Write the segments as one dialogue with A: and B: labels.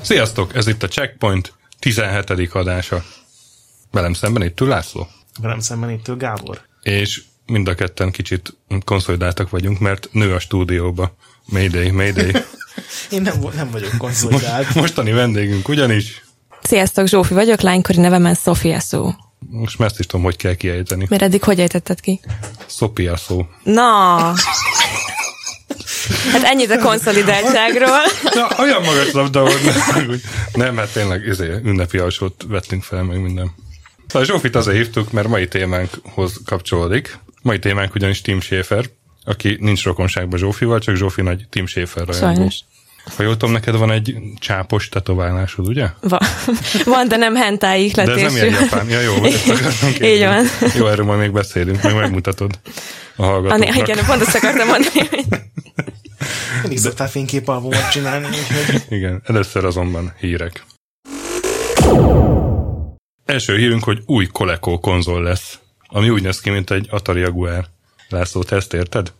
A: Sziasztok! Ez itt a Checkpoint 17. adása. Velem szemben itt ül László.
B: Velem szemben itt ül Gábor.
A: És mind a ketten kicsit konszolidáltak vagyunk, mert nő a stúdióba. Mayday, mayday.
B: Én nem, vo- nem vagyok
A: Most,
B: konzultált.
A: mostani vendégünk ugyanis.
C: Sziasztok, Zsófi vagyok, lánykori nevemen Sofia szó.
A: Most már ezt is tudom, hogy kell kiejteni.
C: Mert eddig hogy ejtetted ki?
A: Szopia szó.
C: Na! Hát ennyit a konszolidáltságról.
A: Na, olyan magas labda volt. Nem, úgy. nem hát tényleg izé, ünnepi alsót vettünk fel, meg minden. Szóval Zsófit azért hívtuk, mert mai témánkhoz kapcsolódik. Mai témánk ugyanis Tim Schafer, aki nincs rokonságban Zsófival, csak Zsófi nagy Tim Schafer rajongó.
C: Sajnos.
A: Ha jól tudom, neked van egy csápos tetoválásod, ugye?
C: Van, van de nem hentai
A: De ez
C: ihletésű.
A: nem ilyen japán. Ja, jó, ezt akartam kérdezni.
C: Így van.
A: Jó, erről majd még beszélünk, meg megmutatod a
C: A
A: hallgatóknak.
C: né- igen, pont azt akartam mondani, hogy
B: Mindig szoktál fényképalbumot csinálni, úgyhogy
A: Igen, először azonban hírek. Első hírünk, hogy új Coleco konzol lesz, ami úgy néz ki, mint egy Atari Jaguar. László, te ezt érted?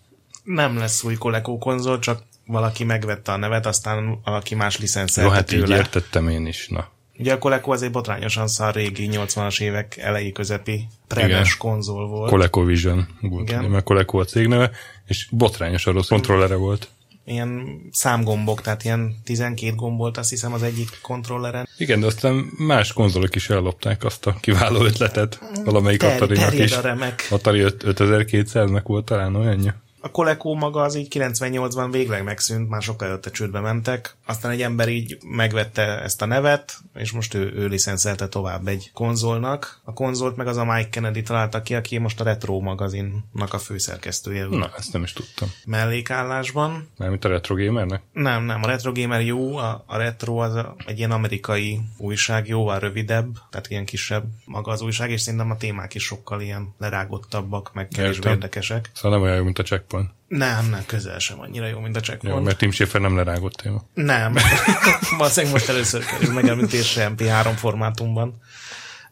B: nem lesz új Coleco konzol, csak valaki megvette a nevet, aztán valaki más
A: Jó,
B: licenszelte
A: hát így
B: tőle.
A: értettem én is, na.
B: Ugye a Coleco azért botrányosan szar régi 80-as évek elejé közepi
A: Igen.
B: predes konzol volt.
A: Coleco Vision volt,
B: Igen.
A: ugye, mert Coleco a cégneve, és botrányosan rossz kontrollere volt.
B: ilyen számgombok, tehát ilyen 12 gomb volt azt hiszem az egyik kontrolleren.
A: Igen, de aztán más konzolok is ellopták azt a kiváló ötletet, valamelyik
B: Ter-
A: Atari-nak
B: terjed
A: is.
B: a remek.
A: Atari öt- 5200-nak volt talán olyanja.
B: A Coleco maga az így 98-ban végleg megszűnt, már sokkal előtte csődbe mentek. Aztán egy ember így megvette ezt a nevet, és most ő, ő licenszelte tovább egy konzolnak. A konzolt meg az a Mike Kennedy találta ki, aki most a Retro magazinnak a főszerkesztője volt.
A: Na, ezt nem is tudtam.
B: mellékállásban.
A: Mármint a retro gamernek?
B: Nem, nem, a Retro Gamer jó, a, a Retro az a- egy ilyen amerikai újság, jóval rövidebb, tehát ilyen kisebb maga az újság, és szerintem a témák is sokkal ilyen lerágottabbak, meg kevésbé
A: Értem.
B: érdekesek.
A: Szóval nem olyan jó, mint a checkpoint.
B: Nem, nem, közel sem annyira jó, mint a
A: Jó,
B: Checkpoint.
A: mert Tim Schafer nem lerágott téma.
B: Nem. Valószínűleg most először kerül megemlítésre MP3 formátumban.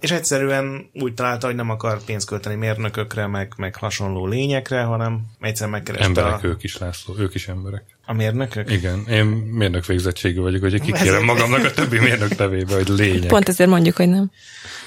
B: És egyszerűen úgy találta, hogy nem akar pénzt költeni mérnökökre, meg, meg hasonló lényekre, hanem egyszer megkereste
A: Emberek
B: a,
A: ők is, László, ők is emberek.
B: a mérnökök.
A: Igen, én mérnök végzettségű vagyok, hogy kikérem magamnak a többi mérnök nevébe, hogy lényeg.
C: pont ezért mondjuk, hogy nem.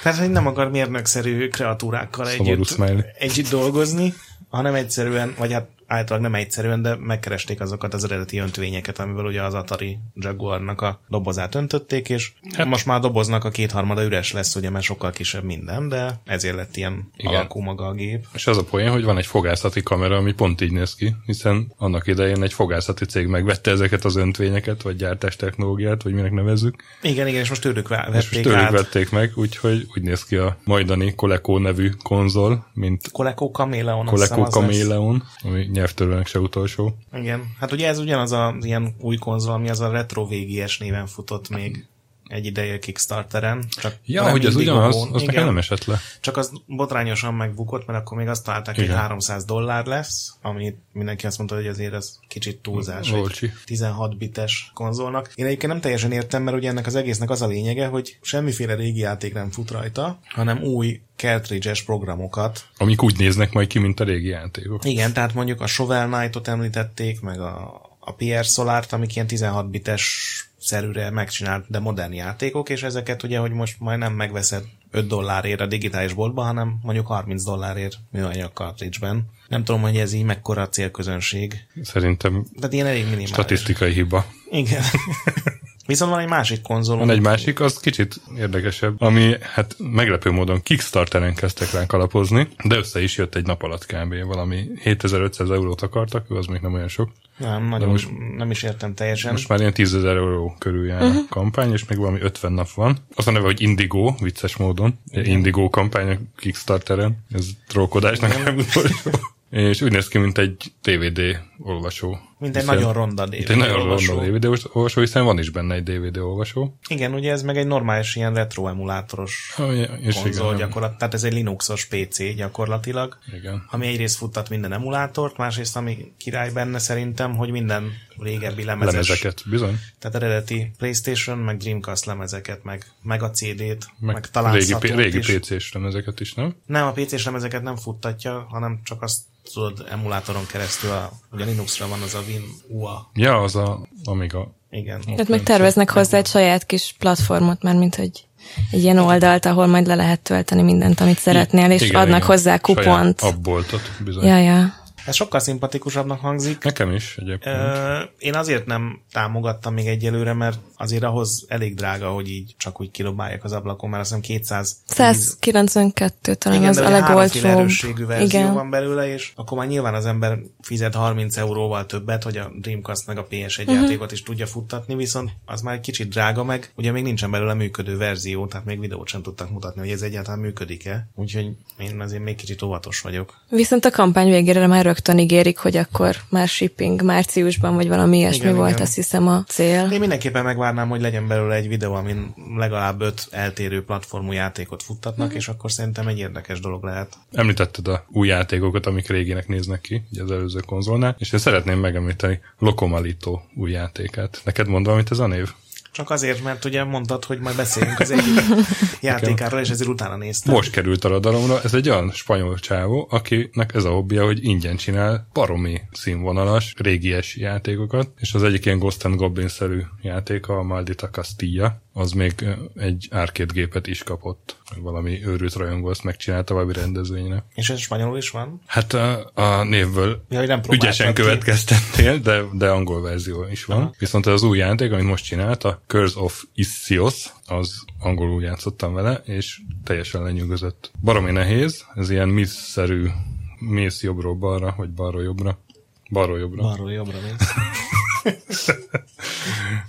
B: Tehát, hogy nem akar mérnökszerű kreatúrákkal
A: Szomorú
B: együtt,
A: smiley.
B: együtt dolgozni, hanem egyszerűen, vagy hát általában nem egyszerűen, de megkeresték azokat az eredeti öntvényeket, amiből ugye az Atari Jaguarnak a dobozát öntötték, és hát. most már a doboznak a kétharmada üres lesz, ugye, mert sokkal kisebb minden, de ezért lett ilyen
A: Igen.
B: Igen. alakú maga a gép.
A: És az a poén, hogy van egy fogászati kamera, ami pont így néz ki, hiszen annak idején egy fogászati cég megvette ezeket az öntvényeket, vagy gyártástechnológiát, vagy minek nevezzük,
B: Igen, igen, és most tőlük vá-
A: és most
B: vették
A: tőlük
B: át.
A: vették meg, úgyhogy úgy néz ki a majdani Coleco nevű konzol, mint
B: Coleco Cameleon. azt hiszem,
A: Coleco
B: az lesz.
A: Chameleon, ami nyelvtörőnek se utolsó.
B: Igen. Hát ugye ez ugyanaz az ilyen új konzol, ami az a Retro VGS néven futott még egy ideje Kickstarteren. Csak
A: Ja,
B: nem
A: hogy ez
B: mindig
A: ugyanaz,
B: Gabon.
A: az nekem
B: Igen.
A: nem esett le.
B: Csak az botrányosan megbukott, mert akkor még azt találták, hogy
A: Igen.
B: 300 dollár lesz, ami mindenki azt mondta, hogy azért ez kicsit túlzás. egy
A: Olcsi.
B: 16 bites konzolnak. Én egyébként nem teljesen értem, mert ugye ennek az egésznek az a lényege, hogy semmiféle régi játék nem fut rajta, hanem új cartridge programokat
A: Amik úgy néznek majd ki, mint a régi játékok.
B: igen, tehát mondjuk a Shovel Knight-ot említették, meg a, a PR Solar-t, amik ilyen 16 bites szerűre megcsinált, de modern játékok, és ezeket ugye, hogy most majd nem megveszed 5 dollárért a digitális boltba, hanem mondjuk 30 dollárért műanyag cartridge-ben. Nem tudom, hogy ez így mekkora a célközönség.
A: Szerintem
B: Tehát ilyen elég minimális.
A: statisztikai hiba.
B: Igen. Viszont van egy másik konzolunk.
A: Van egy másik, az kicsit érdekesebb, ami hát meglepő módon Kickstarteren kezdtek ránk alapozni, de össze is jött egy nap alatt kb. Valami 7500 eurót akartak, az még nem olyan sok.
B: Nem, nagyon, most, nem is értem teljesen.
A: Most már ilyen 10 000 euró körül jár
B: Mhm.
A: a kampány, és még valami 50 nap van. Az a neve, hogy Indigo, vicces módon. Indigo kampány a Kickstarteren. Ez trókodásnak nem utolsó. És úgy néz ki, mint egy DVD olvasó
B: Mint egy
A: Hiszen-
B: nagyon ronda
A: Itt egy
B: DVD
A: nagyon
B: olvasó.
A: random DVD olvasó, hiszen van is benne egy DVD olvasó.
B: Igen, ugye ez meg egy normális ilyen retro emulátoros
A: És
B: konzol
A: igen, nem-
B: gyakorlat, tehát ez egy Linuxos PC gyakorlatilag,
A: igen.
B: ami egyrészt futtat minden emulátort, másrészt ami király benne szerintem, hogy minden régebbi lemezes,
A: Lemezeket, bizony.
B: tehát eredeti Playstation, meg Dreamcast lemezeket, meg, meg a CD-t, meg, meg
A: Meg,
B: talán
A: régi,
B: Saturnt
A: régi
B: is.
A: PC-s lemezeket is, nem?
B: Nem, a PC-s lemezeket nem futtatja, hanem csak azt tudod emulátoron keresztül, a, ugye Linuxra van az a WinUA.
A: Ja, az a Amiga.
B: Igen.
C: Tehát Hát meg terveznek hozzá egy saját kis platformot, már mint hogy egy ilyen oldalt, ahol majd le lehet tölteni mindent, amit szeretnél, és
A: Igen,
C: adnak
A: igen.
C: hozzá kupont.
A: Saját abboltot, bizony.
C: Ja, ja.
B: Ez sokkal szimpatikusabbnak hangzik.
A: Nekem is egyébként.
B: Ö, én azért nem támogattam még egyelőre, mert azért ahhoz elég drága, hogy így csak úgy kidobálják az ablakon, mert azt hiszem 200
C: 192 talán
B: igen,
C: az
B: de
C: a
B: ugye háromféle
C: legolcsóbb.
B: erősségű verzió
C: Igen.
B: van belőle, és akkor már nyilván az ember fizet 30 euróval többet, hogy a Dreamcast meg a PS1
C: Mhm.
B: játékot is tudja futtatni, viszont az már egy kicsit drága meg, ugye még nincsen belőle működő verzió, tehát még videót sem tudtak mutatni, hogy ez egyáltalán működik-e, úgyhogy én azért még kicsit óvatos vagyok.
C: Viszont a kampány végére már rögtön ígérik, hogy akkor már shipping márciusban, vagy valami ilyesmi
B: Igen,
C: volt,
B: igen.
C: azt hiszem a cél.
B: Én mindenképpen megvárnám, hogy legyen belőle egy videó, amin legalább öt eltérő platformú játékot futtatnak,
A: Mhm.
B: és akkor szerintem egy érdekes dolog lehet.
A: Említetted a új játékokat, amik régének néznek ki, ugye az előző konzolnál, és én szeretném megemlíteni Lokomalito új játékát. Neked mond valamit ez a név?
B: Csak azért, mert ugye mondtad, hogy majd beszéljünk az egyik játékáról, és ezért utána néztem.
A: Most került a radaromra, ez egy olyan spanyol csávó, akinek ez a hobbija, hogy ingyen csinál baromi színvonalas, régies játékokat, és az egyik ilyen Ghost and Goblin-szerű játéka, a Maldita Castilla, az még ö, egy arcade gépet is kapott. Valami őrült rajongó azt megcsinálta valami rendezvényre.
B: És ez spanyolul is van?
A: Hát a, a névből
B: Ja, hogy nem próbáltad
A: ügyesen
B: ki.
A: következtettél, de, de angol verzió is van. Aha. Viszont ez az új játék, amit most csinált, a Curse of Ischios, az angolul játszottam vele, és teljesen lenyűgözött. Baromi nehéz, ez ilyen misszerű, mész jobbról balra, vagy balról jobbra. Balról jobbra.
B: Balról jobbra mész.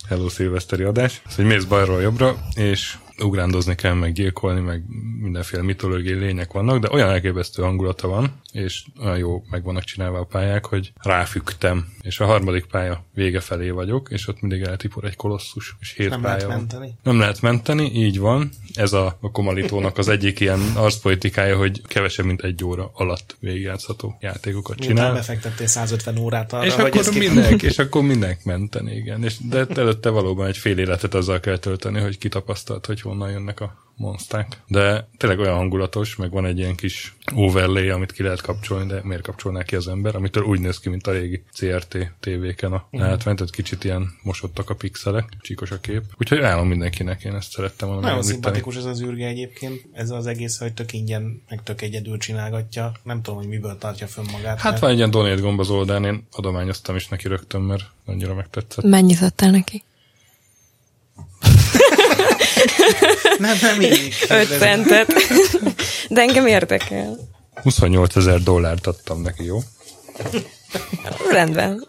A: Hello szilveszteri adás. Szóval mész balról jobbra, és ugrándozni kell, meg gyilkolni, meg mindenféle mitológiai lények vannak, de olyan elképesztő hangulata van, és olyan jó meg vannak csinálva a pályák, hogy ráfügtem. És a harmadik pálya vége felé vagyok, és ott mindig eltipor egy kolosszus, és hét
B: Nem
A: pálya
B: lehet
A: van.
B: menteni?
A: Nem lehet menteni, így van. Ez a, a komalitónak az egyik ilyen arcpolitikája, hogy kevesebb, mint egy óra alatt végigjátszható játékokat
B: Miután
A: csinál.
B: befektettél 150 órát arra,
A: És
B: hogy
A: akkor,
B: ezt ki-
A: minek, és akkor minek menteni, igen. És de előtte valóban egy fél életet azzal kell tölteni, hogy kitapasztalt, hogy honnan jönnek a monszták. De tényleg olyan hangulatos, meg van egy ilyen kis overlay, amit ki lehet kapcsolni, de miért kapcsolná ki az ember, amitől úgy néz ki, mint a régi CRT tévéken a
B: Mhm.
A: hát tehát kicsit ilyen mosottak a pixelek, csíkos a kép. Úgyhogy állom mindenkinek, én ezt szerettem volna
B: Nagyon
A: megemlíteni.
B: szimpatikus ez az űrge egyébként, ez az egész, hogy tök ingyen, meg tök egyedül csinálgatja. Nem tudom, hogy miből tartja fönn magát.
A: Hát
B: mert-
A: van egy ilyen donate gomb az oldalán, én adományoztam is neki rögtön, mert annyira megtetszett.
C: Mennyit adtál neki?
B: Nem, nem így.
C: 5 centet. De engem érdekel.
A: 28 ezer dollárt adtam neki, jó?
C: Rendben.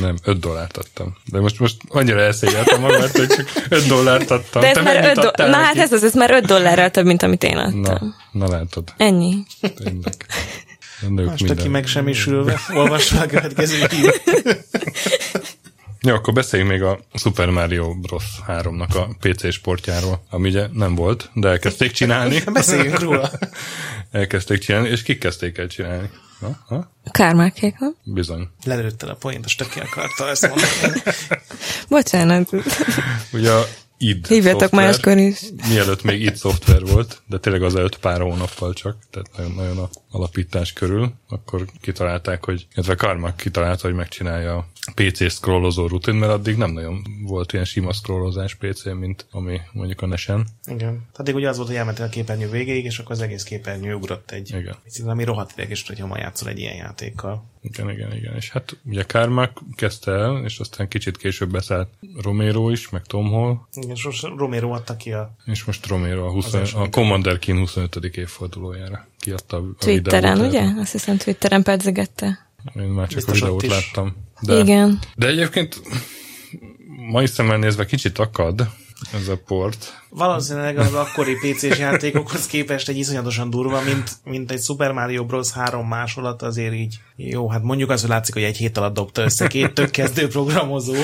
A: Nem, 5 dollárt adtam. De most, most annyira elszégyeltem magát, hogy csak 5 dollárt adtam.
C: De ez
A: Te
C: már
A: mennyit
C: 5 do-
A: adtál
C: Na
A: neki?
C: hát ez az, ez már 5 dollárral több, mint amit én adtam.
A: Na, na látod,
C: Ennyi.
A: tényleg. A nők
B: Most aki
A: minden.
B: meg semmisülve, olvassa a következő hírt.
A: Jó, akkor beszéljünk még a Super Mario Bros. 3-nak a PC sportjáról, ami ugye nem volt, de elkezdték csinálni.
B: Beszéljünk róla.
A: Elkezdték csinálni, és kik kezdték el csinálni? Na, ha?
C: Kármákék, nem?
A: Bizony.
B: Lelőttel a poént, és tök ki akarta ezt mondani.
C: Bocsánat.
A: Ugye a id
C: Hívjatok
A: szoftver,
C: máskor is.
A: Mielőtt még id szoftver volt, de tényleg az előtt pár hónappal csak, tehát nagyon, nagyon a alapítás körül, akkor kitalálták, hogy, illetve Karmak kitalálta, hogy megcsinálja a PC scrollozó rutin, mert addig nem nagyon volt ilyen sima scrollozás PC-n, mint ami mondjuk a E nesen.
B: Igen. Addig ugye az volt, hogy elmentél a képernyő végéig, és akkor az egész képernyő ugrott egy.
A: Igen.
B: Viszont ami rohadt idegesítő, hogyha ma játszol egy ilyen játékkal.
A: Igen, igen, igen. És hát ugye Kármák kezdte el, és aztán kicsit később beszállt Romero is, meg Tom Hall,
B: Igen, sos Romero adta ki a...
A: és most Romero a, 20,
B: első.
A: a Commander Keen 25. évfordulójára kiadta a a
C: Twitteren,
A: videót
C: ugye?
A: erről.
C: Azt hiszem Twitteren pedzegette.
A: Én már csak
B: Biztos
A: a
B: ott
A: videót
B: is.
A: láttam.
C: De. Igen.
A: De egyébként mai szemmel nézve kicsit akad ez a port.
B: Valószínűleg az akkori PC-s játékokhoz képest egy iszonyatosan durva, mint, mint egy Super Mario Bros. 3 másolat, azért így jó, hát mondjuk az, hogy látszik, hogy egy hét alatt dobta össze két tök kezdő programozó.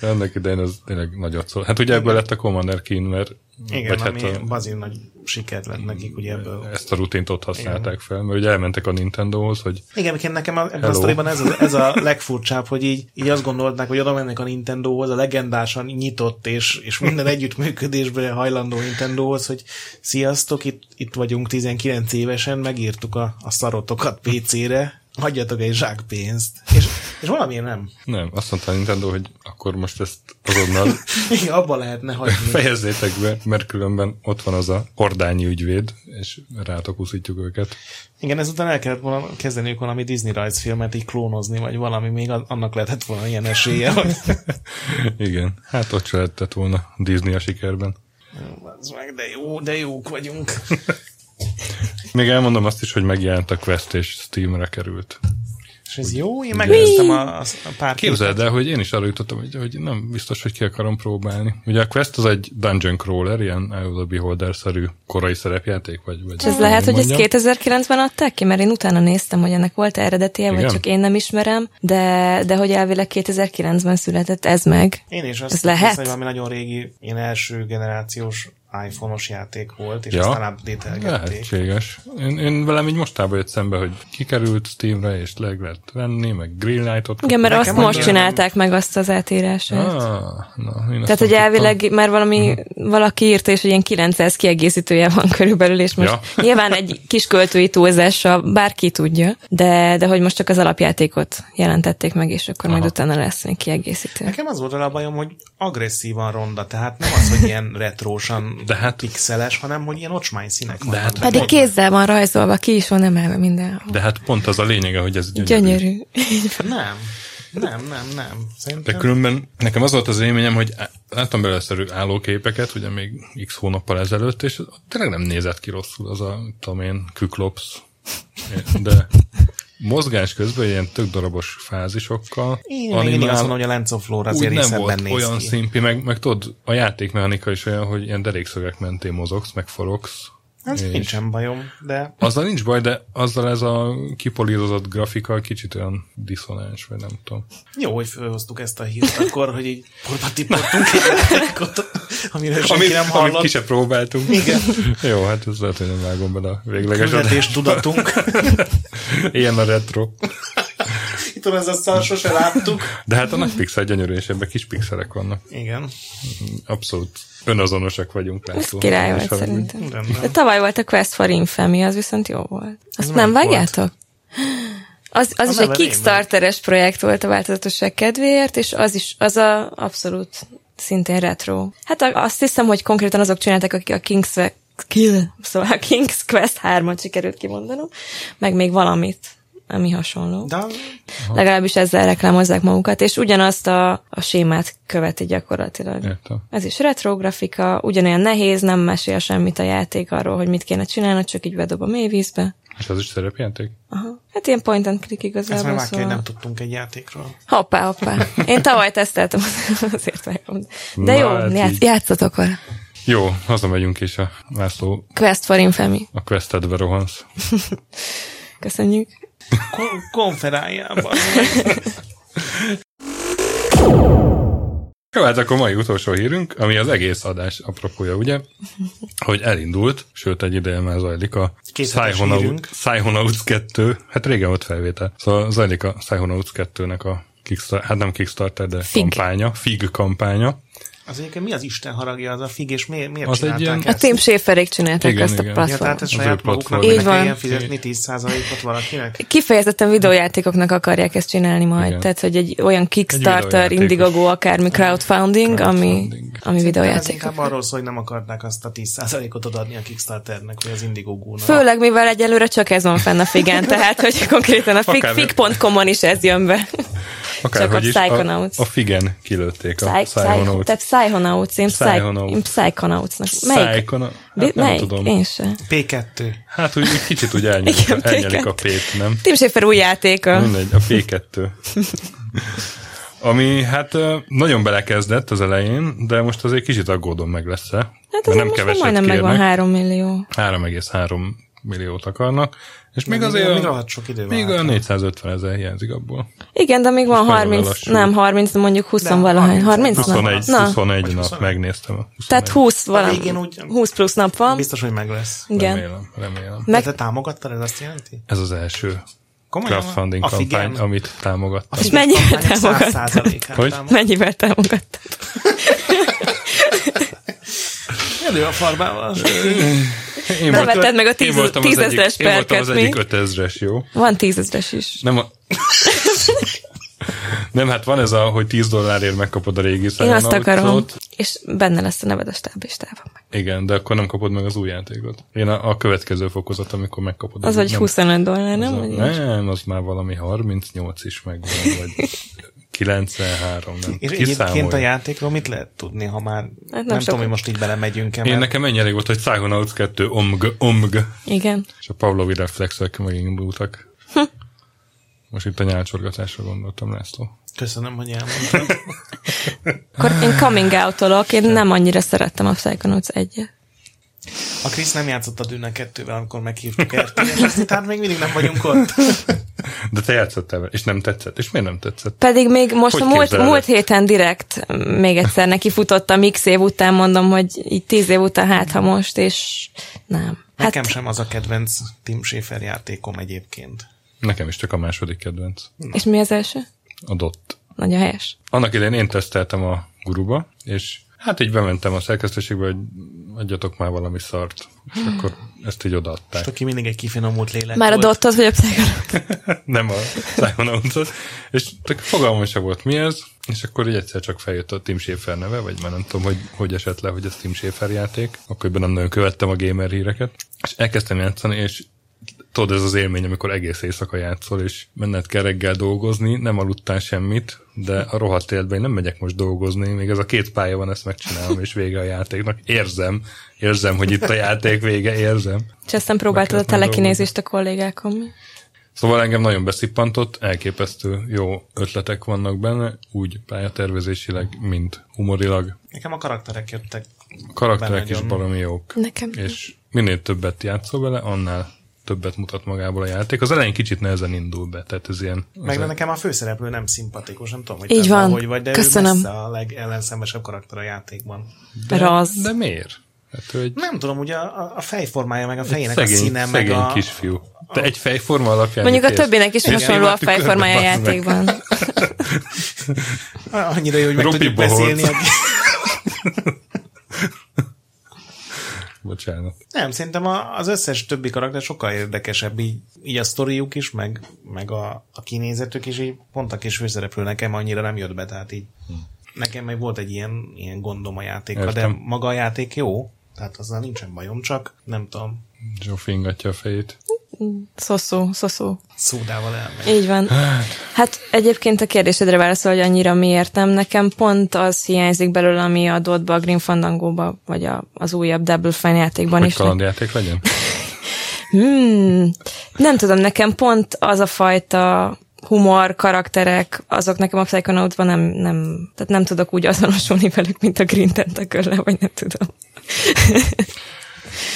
A: Ennek idején az tényleg nagyot szól. Hát ugye ebből lett a Commander Keen, mert
B: Igen, ami hát a... bazin nagy siker lett nekik, ugye ebből.
A: ezt a rutint ott használták Igen. fel, mert ugye elmentek a Nintendohoz, hogy
B: Igen, egyébként nekem a, ebben
A: Hello.
B: a sztoriban ez, az, ez a legfurcsább, hogy így, így azt gondolták, hogy oda mennek a Nintendohoz, a legendásan nyitott és, és minden együttműködésből hajlandó Nintendohoz, hogy sziasztok, itt, itt vagyunk 19 évesen, megírtuk a, a szarotokat PC-re, hagyjatok egy zsák pénzt. És, és valamiért nem.
A: nem, azt mondta a Nintendo, hogy akkor most ezt azonnal
B: Igen, abba lehetne hagyni.
A: fejezzétek be, mert különben ott van az a ordányi ügyvéd, és rátok úszítjuk őket.
B: Igen, ezután el kellett volna kezdeniük valami Disney rajzfilmet így klónozni, vagy valami még an- annak lehetett volna ilyen esélye, hogy
A: Igen, hát ott se lehetett volna Disney a sikerben.
B: Az meg, de jó, de jók vagyunk.
A: Még elmondom azt is, hogy megjelent a Quest és Steamre került.
B: És ez jó, én megnéztem a, a pár
A: Képzeld el, hogy én is arra jutottam, hogy, hogy nem biztos, hogy ki akarom próbálni. Ugye a Quest az egy dungeon crawler, ilyen Eye of the Beholder-szerű korai szerepjáték, vagy... vagy
C: És ez lehet, hogy ezt
A: mondjam.
C: 2009-ben adták ki, mert én utána néztem, hogy ennek volt eredetie, vagy
A: Igen.
C: csak én nem ismerem, de, de hogy elvileg 2009-ben született ez meg.
B: Én is azt
C: Ez
B: hiszem,
C: lehet?
B: hogy valami nagyon régi, ilyen első generációs iPhone-os játék volt, és
A: Ja.
B: aztán updatelgették.
A: Lehetséges. Én, én velem így mostában jött szembe, hogy kikerült Steamre, és le lehet venni, meg Greenlight-ot.
C: Igen, mert
B: Nekem
C: azt most
B: annyira
C: csinálták meg azt az átírását.
A: Ah, na, én azt
C: Tehát,
A: nem
C: hogy
A: tudtam. Mhm.
C: elvileg már valami, valaki írta, és hogy ilyen 900 kiegészítője van körülbelül, és most
A: Ja.
C: ja. nyilván egy kis költői túlzással bárki tudja, de, de hogy most csak az alapjátékot jelentették meg, és akkor Aha. majd utána lesz még kiegészítő.
B: Nekem az volt vele a bajom, hogy agresszívan ronda, tehát nem az, hogy ilyen retrósan
A: De
B: De
A: hát-
B: hát, pixeles, hanem hogy ilyen ocsmány színek vannak.
A: hát-
C: Pedig kézzel van rajzolva, ki is van emelve minden.
A: De hát pont az a lényege, hogy ez gyönyörű.
C: Gyönyörű.
B: Nem, nem, nem, nem. Szerintem...
A: De különben nekem az volt az élményem, hogy á- láttam belőszerű állóképeket, ugye még x hónappal ezelőtt, és tényleg nem nézett ki rosszul az a, tudom én, küklops. De mozgás közben ilyen tök darabos fázisokkal,
B: Én még mindig azt mondom, hogy a Lance of Lore azért
A: úgy nem
B: részebben
A: volt
B: néz
A: olyan
B: ki.
A: szimpi, meg, meg tudod, a játékmechanika is olyan, hogy ilyen derékszögek mentén mozogsz, meg forogsz.
B: Hát nincsen bajom, de
A: Azzal nincs baj, de azzal ez a kipolírozott grafika kicsit olyan diszonáns, vagy nem tudom.
B: Jó, hogy felhoztuk ezt a hírt akkor, hogy így porba tippottunk egy játékot, amiről senki
A: amit,
B: nem
A: amit
B: hallott.
A: ki se próbáltunk.
B: Igen.
A: Jó, hát ez lehet, hogy nem vágom bele a végleges
B: Küldetés
A: adást.
B: tudatunk.
A: Ilyen a retro.
B: Itt van ez a szar, sose láttuk.
A: De hát a nagy pixel gyönyörű, és ebben kis pixelek vannak.
B: Igen.
A: Abszolút önazonosak vagyunk,
C: Ez
A: László.
C: király
A: Nem is
C: volt
A: haragudj.
C: szerintem.
B: Rendben.
C: De tavaly volt a Quest for Infamy, az viszont jó volt. Azt nem
B: melyik
C: vágjátok? Az, az
B: A
C: is egy
B: neve rémlik.
C: Kickstarteres projekt volt a változatosság kedvéért, és az is, az a abszolút szintén retro. Hát a- azt hiszem, hogy konkrétan azok csinálták, akik a King's Ve- Kill, szóval a King's Quest 3-at sikerült kimondanom, meg még valamit, ami hasonló.
B: De
C: Legalábbis ezzel reklámozzák magukat, és ugyanazt a, a sémát követi gyakorlatilag.
A: Értem.
C: Ez is retrografika, ugyanolyan nehéz, nem mesél semmit a játék arról, hogy mit kéne csinálnod, csak így bedob a mélyvízbe.
A: És az is szerepjáték?
C: Aha. Hát ilyen point and click
B: ezt már
C: igazából
B: már kell,
C: szóval.
B: hogy nem tudtunk egy játékról.
C: Hoppá, hoppá. Én tavaly teszteltem, azért vágom. De jó,
A: Na, hát így.
C: játsz, játszatok vele.
A: Jó, hazamegyünk, és a László
C: Quest for Infamy.
A: a questedbe rohansz.
C: Köszönjük.
B: Kon- Konferáljában.
A: Jó, hát akkor mai utolsó hírünk, ami az egész adás apropója, ugye? Hogy elindult, sőt egy ideje már zajlik a
B: Készletes hírünk.
A: Psychonaut, Psychonauts 2, hát régen volt felvétel. Szóval zajlik a Psychonauts 2-nek a Kickstarter, hát nem Kickstarter, de
C: Fig.
A: kampánya, FIG kampánya.
B: Az egyébként mi az Isten haragja az a fig, és miért, miért
A: Az egy
B: csinálták
A: ilyen-
B: ilyen...
C: A
B: ezt?
C: Team Schaferék csinálták
A: Igen,
C: igen, ezt a
A: igen.
B: Ja, tehát
C: platformot.
B: ez
A: Az ő
B: saját
A: platform.
B: maguknak hogy
C: Hát Így
B: ne
C: van.
B: kelljen fizetni 10%-ot valakinek?
C: Kifejezetten videójátékoknak akarják ezt csinálni majd.
A: Igen.
C: Igen. Tehát, hogy egy olyan Kickstarter,
A: videójátékos.
C: Indiegogo, akármi crowdfunding, ami,
A: Crowdfunding.
C: ami
B: Ez
C: videójáték.
B: inkább arról szól, hogy nem akarták azt a 10%-ot odaadni a Kickstarternek, vagy az Indiegogo-nak.
C: Főleg, mivel egyelőre csak ez van fenn a figen, tehát, hogy konkrétan a fig,
A: Akár-
C: fig.com-on is ez jön be.
A: Akárhogy
C: a
A: is, a,
C: Psychonauts.
A: a FIG-en kilőtték a
C: Psy- Psy-
A: Psychonauts.
C: tehát Psychonauts, én, Psy-
A: Psychonauts.
C: én Psychonautsnak. Melyik?
A: Psychona-
C: Bi-
A: Hát nem
C: melyik?
A: tudom.
C: Én sem.
B: P2.
A: Hát úgy, úgy kicsit úgy elnyelik,
C: Igen,
A: elnyelik a
C: P2.
A: P-t, nem?
C: Tim Schafer új játéka.
A: Mindegy, a P2. Ami hát ö, nagyon belekezdett az elején, de most azért kicsit aggódom meg lesz Hát
C: Hát ez most már majdnem megvan hát. 3 millió.
A: 3,3 milliót akarnak, és még
B: még-
A: azért
B: még
A: a-
B: rohadt sok idő van
A: még
B: hátra.
A: a 450 ezer hiányzik abból.
C: Igen, de még van
A: Ez nagyon
C: 30,
A: lassú.
C: nem 30, de mondjuk 20 valahány. 30 nap?
A: 21,
C: Na,
A: 21
B: Vagy
A: nap,
B: 21.
A: megnéztem. a 21.
C: tehát 20 valami.
B: végén úgy-
C: 20 plusz nap van.
B: Biztos, hogy meg lesz.
C: Igen.
A: Remélem, remélem.
B: Meg...
C: Meg-
B: Te támogattad, ez azt jelenti?
A: Ez az első
B: Komolyan?
A: crowdfunding
B: A
A: kampány,
B: Figen-
A: amit támogattam.
C: És mennyire támogattad?
B: 100%-át
A: Hogy?
B: támogattad.
C: Mennyivel támogattad?
B: Elő a farbával.
A: Én
C: Nem
A: voltam-
C: vetted meg a
A: én voltam az
C: 10
A: egyik-
C: ezeres
A: Én voltam az
C: perket, mi?
A: egyik 5000-es, jó?
C: Van tízezres is.
A: Nem, a... nem, hát van ez a, hogy 10 dollárért megkapod a régi
C: Én azt
A: Silent
C: akarom.
A: Outlaw-t.
C: És benne lesz a neved a stáblistában.
A: Igen, de akkor nem kapod meg az új játékot. Én a, a következő fokozat, amikor megkapod.
C: Az vagy
A: nem-
C: 25 dollár,
A: az
C: nem?
A: a-
C: Vagy így?
A: nem, az már valami 38 is megvan, vagy 93, nem.
B: És
A: Kiszámolja.
B: egyébként a játékról mit lehet tudni, ha már hát nem, nem
C: sokat.
B: tudom, hogy most így belemegyünk-e,
A: Én
B: mert
A: nekem ennyi elég volt, hogy Psychonauts 2 omg, omg,
C: Igen.
A: és a Pavlovi reflexek megindultak.
C: Hm.
A: Most itt a nyálcsorgatásra gondoltam, László.
B: köszönöm, hogy elmondtad.
C: Akkor
A: Ah.
C: én coming out én nem annyira szerettem a Psychonauts 1
B: A Krisz nem játszott a Dűne 2-vel, amikor meghívtuk RT, és azt hittán még mindig nem vagyunk ott.
C: Hát-
A: De te játszottál vele, és nem tetszett. És miért nem tetszett?
C: Pedig még most
A: Hogy
C: a múlt,
A: képzeled?
C: múlt héten direkt mm, még egyszer neki futottam x év után, mondom, hogy így tíz év után hát ha most, és nem. Hát
B: Nekem sem az a kedvenc Tim Schafer játékom egyébként.
A: Nekem is csak a második kedvenc.
C: És mi az első?
A: A dot.
C: Nagyon helyes.
A: Annak idején én teszteltem a guruba, és hát így bementem a szerkesztőségbe, hogy adjatok már valami szart. És akkor ezt így odaadták.
B: Aki mindig egy kifinomult lélek
C: Már a
B: volt.
C: dottoz vagy a Psychonauts?
A: nem a Psychonauts-ot. És tök fogalmam sem volt mi ez, és akkor így egyszer csak feljött a Tim Schafer neve, vagy már nem tudom, hogy, hogy esett le, hogy ez Tim Schafer játék. Akkoriban nem nagyon követtem a gamer híreket. És elkezdtem játszani, és tudod, ez az élmény, amikor egész éjszaka játszol, és menned kell reggel dolgozni, nem aludtál semmit, de a rohadt életben én nem megyek most dolgozni, még ez a két pálya van, ezt megcsinálom, és vége a játéknak. Érzem, érzem, hogy itt a játék vége, érzem.
C: És aztán próbáltad a
A: Meg kellett már
C: telekinézést a kollégákom.
A: Szóval engem nagyon beszippantott, elképesztő jó ötletek vannak benne, úgy pályatervezésileg, mint humorilag.
B: Nekem a karakterek jöttek.
A: A karakterek
B: Benne
A: is
B: nagyon.
A: baromi jók.
C: Nekem nem.
A: És minél többet játszol vele, annál többet mutat magából a játék. Az elején kicsit nehezen indul be, tehát ez ilyen... Ez
B: Meg de
A: a-
B: nekem a főszereplő nem szimpatikus, nem tudom, hogy
C: Így
B: te
C: van.
B: Hogy vagy, de
C: Köszönöm.
B: ő messze a legellenszemesebb karakter a játékban.
C: Raz.
A: de miért? Hát, hogy
B: Nem tudom, ugye a, a- a fejformája, meg a fejének
A: szegény,
B: a színe, meg
A: szegény
B: a...
A: kisfiú. Te egy fejforma alapján...
C: Mondjuk a
A: ítélsz.
C: többinek is
A: És
C: hasonló a
A: tükörbe
C: fejformája a
A: bazd meg.
C: játékban.
B: Annyira jó, hogy meg
A: Robi
B: tudjuk
A: Bohóc.
B: beszélni. A...
A: Bocsánat.
B: Nem, szerintem a, az összes többi karakter sokkal érdekesebb, így, így a sztoriuk is, meg, meg a, a kinézetük is, így pont a kis főszereplő nekem annyira nem jött be, tehát így
A: Hm.
B: nekem még volt egy ilyen, ilyen gondom a játékkal, de
A: Értem.
B: maga a játék jó, tehát azzal nincsen bajom, csak nem tudom,
A: Zsófi ingatja a fejét.
C: Szoszó, szoszó.
B: szódával elmegy.
C: Így van. Hát egyébként a kérdésedre válaszol, hogy annyira miért nem. Nekem pont az hiányzik belőle, ami a Dotba, a Green Fandango-ba, vagy a, az újabb Double Fine játékban
A: Hogy
C: is. ne-
A: kalandjáték legyen?
C: Hmm. Nem tudom, nekem pont az a fajta humor, karakterek, azok nekem a Psychonautsban nem, nem, tehát nem tudok úgy azonosulni velük, mint a Green tentacle vagy nem tudom.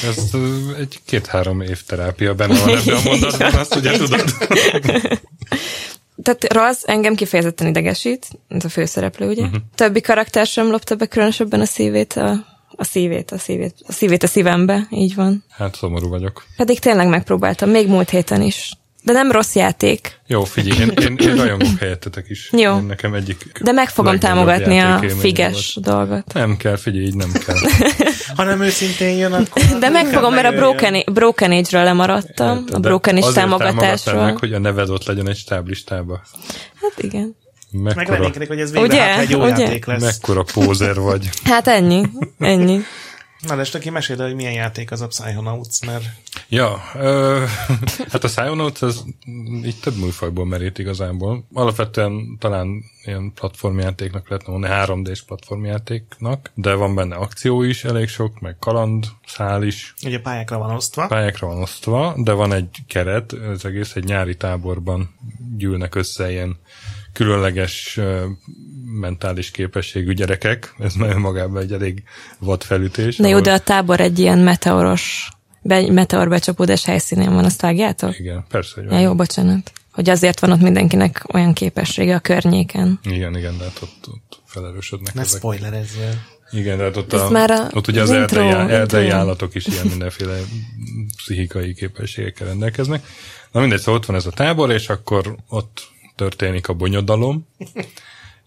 A: Ez ö, egy két-három év terápia benne van ebben a mondatban, azt ugye tudod.
C: Tehát Raz engem kifejezetten idegesít, ez a főszereplő, ugye? Uh-huh. Többi karakter sem lopta be különösebben a szívét, a, a szívét, a szívét, a szívét a szívembe, így van.
A: Hát szomorú vagyok.
C: Pedig tényleg megpróbáltam, még múlt héten is. De nem rossz játék,
A: Jó, figyelj, én, én, én rajongok helyettetek is.
C: Jó.
A: Én nekem egyik
C: de meg fogom
A: legnagyobb
C: támogatni a
A: játékélményem
C: figes dolgot.
A: volt. Nem kell, figyelj, így nem kell.
B: Ha nem őszintén jön, akkor...
C: De
A: Hát,
C: megfogom, mert a
B: megjöjjön.
C: Broken, Broken Age-ről lemaradtam, a
A: De
C: Broken Age
A: azért
C: támogatásról.
A: támogatnád meg, hogy a neved ott legyen egy stáblistába.
C: Hát igen.
B: Meg
A: Mekkora,
B: reménykedik, hogy ez végre
C: Ugye?
B: hát egy jó
C: Ugye?
B: játék lesz.
A: mekkora pózer vagy.
C: Hát ennyi, ennyi.
B: Na, de csak ki meséld el, hogy milyen játék az a Psychonauts, mert
A: Ja, ö, hát a Psychonauts ez így több műfajból merít igazából. Alapvetően talán ilyen platformjátéknak lehetne mondani, 3D-s platformjátéknak, de van benne akció is elég sok, meg kaland, szál is,
B: ugye pályákra van osztva.
A: pályákra van osztva, de van egy keret, ez egész egy nyári táborban gyűlnek össze ilyen különleges ö, mentális képességű gyerekek, ez már önmagában egy elég vad felütés.
C: Na jó,
A: ahol-
C: de a tábor egy ilyen meteoros, be, meteorbecsapódás helyszínén van, azt vágjátok?
A: Igen, persze, hogy
C: Ja,
A: van.
C: jó, bocsánat. Hogy azért van ott mindenkinek olyan képessége a környéken.
A: Igen, igen, de hát ott, ott felerősödnek
B: Ne
A: ezek.
B: spoilerezzél.
A: Igen, de hát ott,
C: Ez
A: a,
C: már a-
A: ott ugye az,
C: az
A: erdei,
C: intro,
A: erdei
C: intro.
A: állatok is ilyen mindenféle pszichikai képességekkel rendelkeznek. Na mindegy, szóval ott van ez a tábor, és akkor ott történik a bonyodalom,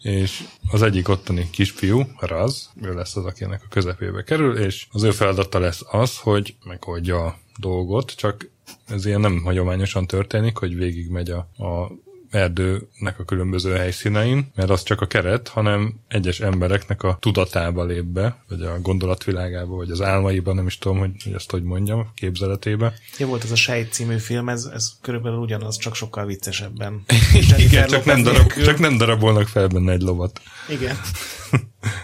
A: és az egyik ottani kisfiú, Raz, ő lesz az, aki ennek a közepébe kerül, és az ő feladata lesz az, hogy megoldja a dolgot, csak ez ilyen nem hagyományosan történik, hogy végigmegy a, a erdőnek a különböző helyszínein, mert az csak a keret, hanem egyes embereknek a tudatába lép be, vagy a gondolatvilágába, vagy az álmaiba, nem is tudom, hogy, hogy ezt hogy mondjam, képzeletébe.
B: Ja, volt ez a Sejt című film, ez, ez körülbelül ugyanaz, csak sokkal viccesebben.
A: Igen,
B: Jennifer
A: csak
B: Lopez
A: nem, darab,
B: nélkül.
A: csak nem darabolnak fel benne egy lovat.
B: Igen.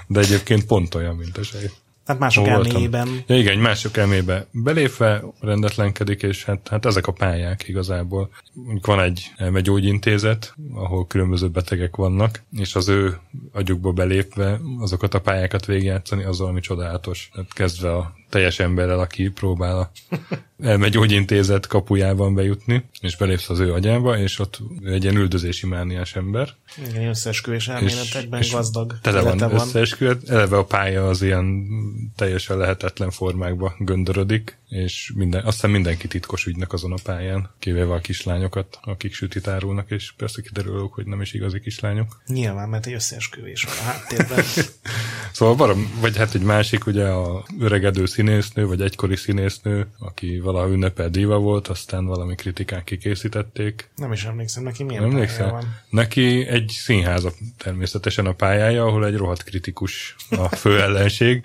A: De egyébként pont olyan, mint a sejt.
B: Tehát mások
A: Hol voltam?
B: elméjében.
A: Ja, igen, mások elmébe belépve rendetlenkedik, és hát, hát ezek a pályák igazából. Mondjuk Van egy elmegyógyintézet, ahol különböző betegek vannak, és az ő agyukba belépve azokat a pályákat végigjátszani, az valami csodálatos. Tehát kezdve a teljes emberrel, aki próbál a elmegyógyintézet kapujában bejutni, és belépsz az ő agyába, és ott ő egy ilyen üldözési mániás ember,
B: Igen, összeesküvés elméletekben gazdag
A: tele van,
B: élete
A: van. összeesküvet. Eleve a pálya az ilyen teljesen lehetetlen formákba göndörödik, és minden, aztán mindenki titkos ügynek azon a pályán, kivéve a kislányokat, akik sütit árulnak, és persze kiderül, hogy nem is igazi kislányok.
B: Nyilván, mert egy összeesküvés van a háttérben.
A: Szóval barom, vagy hát egy másik, ugye a öregedő színésznő, vagy egykori színésznő, aki valaha ünnepel díva volt, aztán valami kritikán kikészítették,
B: Nem is emlékszem neki, milyen
A: Nem
B: pályája
A: emlékszel?
B: van.
A: Neki egy színház a- természetesen a pályája, ahol egy rohadt kritikus a fő ellenség,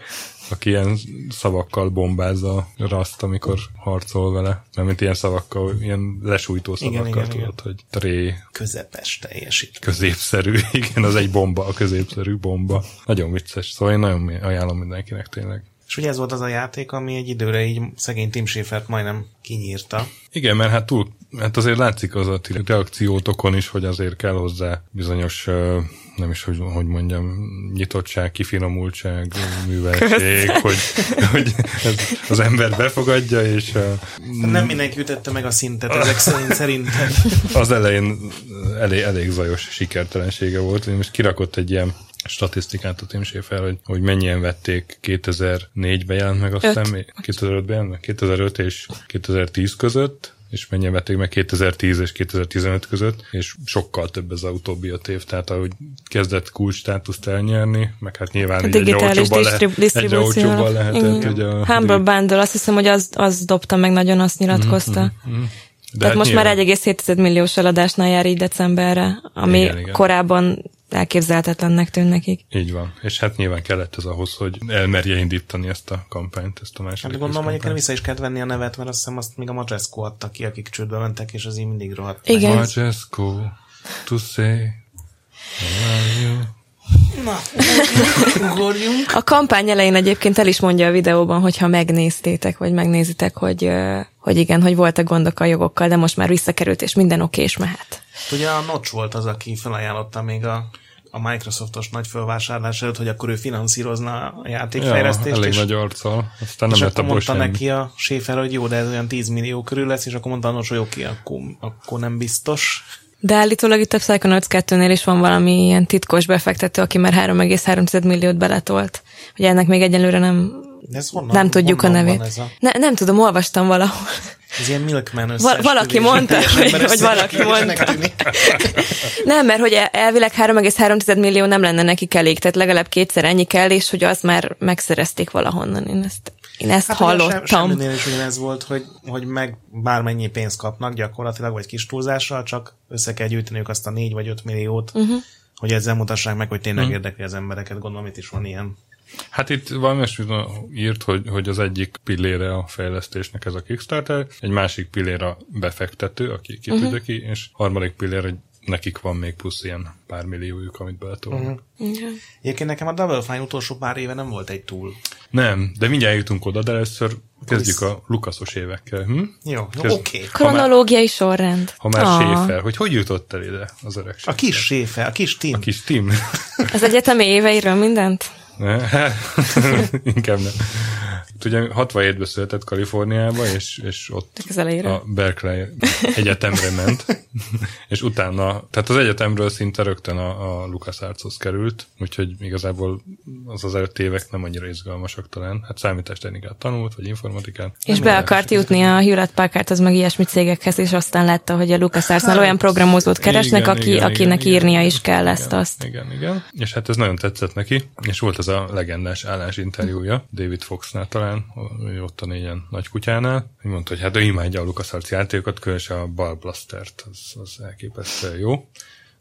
A: aki ilyen szavakkal bombázza a raszt, amikor harcol vele. Nem, mint ilyen szavakkal, ilyen lesújtó
B: Igen,
A: szavakkal,
B: igen,
A: tudod,
B: igen.
A: hogy tré,
B: Közepes teljesít.
A: középszerű. Igen, az egy bomba, a középszerű bomba. Nagyon vicces, szóval én nagyon ajánlom mindenkinek tényleg.
B: És ugye ez volt az a játék, ami egy időre így szegény Tim Schäfert majdnem kinyírta.
A: Igen, mert hát túl, hát azért látszik az a ti reakciótokon is, hogy azért kell hozzá bizonyos, ö, nem is, hogy, hogy mondjam, nyitottság, kifinomultság, műveltség, hogy, hogy ez, az ember befogadja, és ö,
B: Hát
A: Mm.
B: Nem mindenki ütötte meg a szintet ezek szerint szerintem. Hát
A: az elején eh, elég, elég zajos sikertelensége volt. Én most kirakott egy ilyen statisztikát a Tim Schafer, hogy, hogy mennyien vették 2004-ben jelent meg, azt
C: Öt.
A: hiszem, 2005-ben jelent meg, 2005 és 2010 között, és mennyien vették meg 2010 és 2015 között, és sokkal több ez a utóbbi öt év, tehát ahogy kezdett kulcs státuszt elnyerni, meg hát nyilván
C: A
A: így egyre
C: digitális
A: olcsóbban lehet,
C: disztrib-
A: egyre olcsóbban
C: disztribúció.
A: lehetett, ugye a,
C: Humble Bundle, azt hiszem, hogy az, az dobta meg nagyon, azt
A: Mhm,
C: nyilatkozta.
A: de
C: Tehát
A: hát
C: most
A: nyilván-
C: már 1,7 milliós eladásnál jár így decemberre, ami
A: Igen, igen.
C: korábban elképzelhetetlennek tűn nekik.
A: Így van. És hát nyilván kellett ez ahhoz, hogy elmerje indítani ezt a kampányt, ezt a második
B: Hát gondolom, hogy egyébként
A: kampányt.
B: vissza is kellett venni a nevet, mert azt hiszem azt még a Macseszko adta ki, akik csődbe mentek, és az így mindig rohadt.
C: Igen. vissza-
A: Majesco to say I love you.
B: Na, ugorjunk.
C: A kampány elején egyébként el is mondja a videóban, hogyha megnéztétek, vagy megnézitek, hogy, ö, hogy igen, hogy voltak gondok a jogokkal, de most már visszakerült, és minden oké, és mehet.
B: Ugye a Notch volt az, aki felajánlotta még a, a Microsoftos nagy fölvásárlás előtt, hogy akkor ő finanszírozna a
A: Ja,
B: játékfejlesztést,
A: elég
B: és,
A: nagy arccal. Aztán nem
B: és
A: lett
B: akkor
A: abból
B: mondta
A: semmi. Neki.
B: neki a Schäfer, hogy jó, de ez olyan 10 millió körül lesz, és akkor mondta a Notch, hogy oké, akkor, akkor nem biztos.
C: De állítólag itt a Psychonauts 2-nél is van valami ilyen titkos befektető, aki már 3,3 milliót beletolt. Hogy ennek még egyelőre nem,
B: De ez honnan,
C: nem tudjuk a
B: honnan van
C: nevét.
B: Ez, a,
C: Ne, nem tudom, olvastam valahol.
B: ez ilyen Milkman
C: Val-
B: összeesküvés.
C: valaki mondta,
B: Teljes
C: hogy,
B: ember
C: hogy valaki
B: összeesküvésnek
C: mondta.
B: tűnik.
C: Nem, mert hogy el- elvileg 3,3 millió nem lenne nekik elég, tehát legalább kétszer ennyi kell, és hogy azt már megszerezték valahonnan. Én ezt, én ezt hát,
B: ugye a Sem,
C: hallottam.
B: semminél is ugyanez volt, hogy, hogy meg bármennyi pénzt kapnak gyakorlatilag, vagy kis túlzással, csak össze kell gyűjteniük azt a négy vagy öt milliót,
C: Mhm.
B: uh-huh. hogy ezzel mutassák meg, hogy tényleg
A: Mhm.
B: uh-huh. érdekli az embereket. Gondolom itt is van ilyen.
A: Hát itt valami olyasmit írt, hogy, hogy az egyik pillére a fejlesztésnek
B: Mhm.
A: ez a Kickstarter, egy másik pillér a befektető, aki ki tudja ki, és harmadik pillér egy nekik van még plusz ilyen pár milliójuk, amit beletolnak.
B: Mhm.
A: Uh-huh.
C: Igen.
B: Egyébként nekem a Double Fine utolsó pár éve nem volt egy túl.
A: Nem, de mindjárt jutunk oda, de először kezdjük a Lukaszos évekkel. Hm?
B: Jó, jó
A: Köz-
B: oké. Okay.
C: Kronológiai sorrend.
A: Ha már
C: Ah,
A: Schaefer, hogy hogy jutott el ide az öreg
B: A kis séfe, a kis team.
A: A kis Tim?
C: Az egyetemi éveiről mindent?
A: Ne? Hát, Inkább nem. Hát Ugye 67-ben született Kaliforniába, és, és ott
C: Csak az elejére.
A: a Berkeley egyetemre ment, és utána, tehát az egyetemről szinte rögtön a, a Lucas Artshoz került, úgyhogy igazából az az előtt évek nem annyira izgalmasak talán. Hát számítástechnikát tanult, vagy informatikát.
C: És
A: Nem
C: be
A: érdekes.
C: akart jutni a Hewlett Packard, az meg ilyesmi cégekhez, és aztán látta, hogy a LucasArts-nál olyan programozót keresnek,
A: Igen,
C: aki,
A: igen, igen,
C: akinek
A: igen.
C: írnia is kell ezt-azt.
A: Igen, igen. És hát ez nagyon tetszett neki, és volt ez a legendás állásinterjúja David Foxnál talán, ő ott a négyen nagy kutyánál, hogy mondta, hogy hát ő imádja a LucasArts játékokat, különösen a Ball Blastert, az, az elképesztően jó.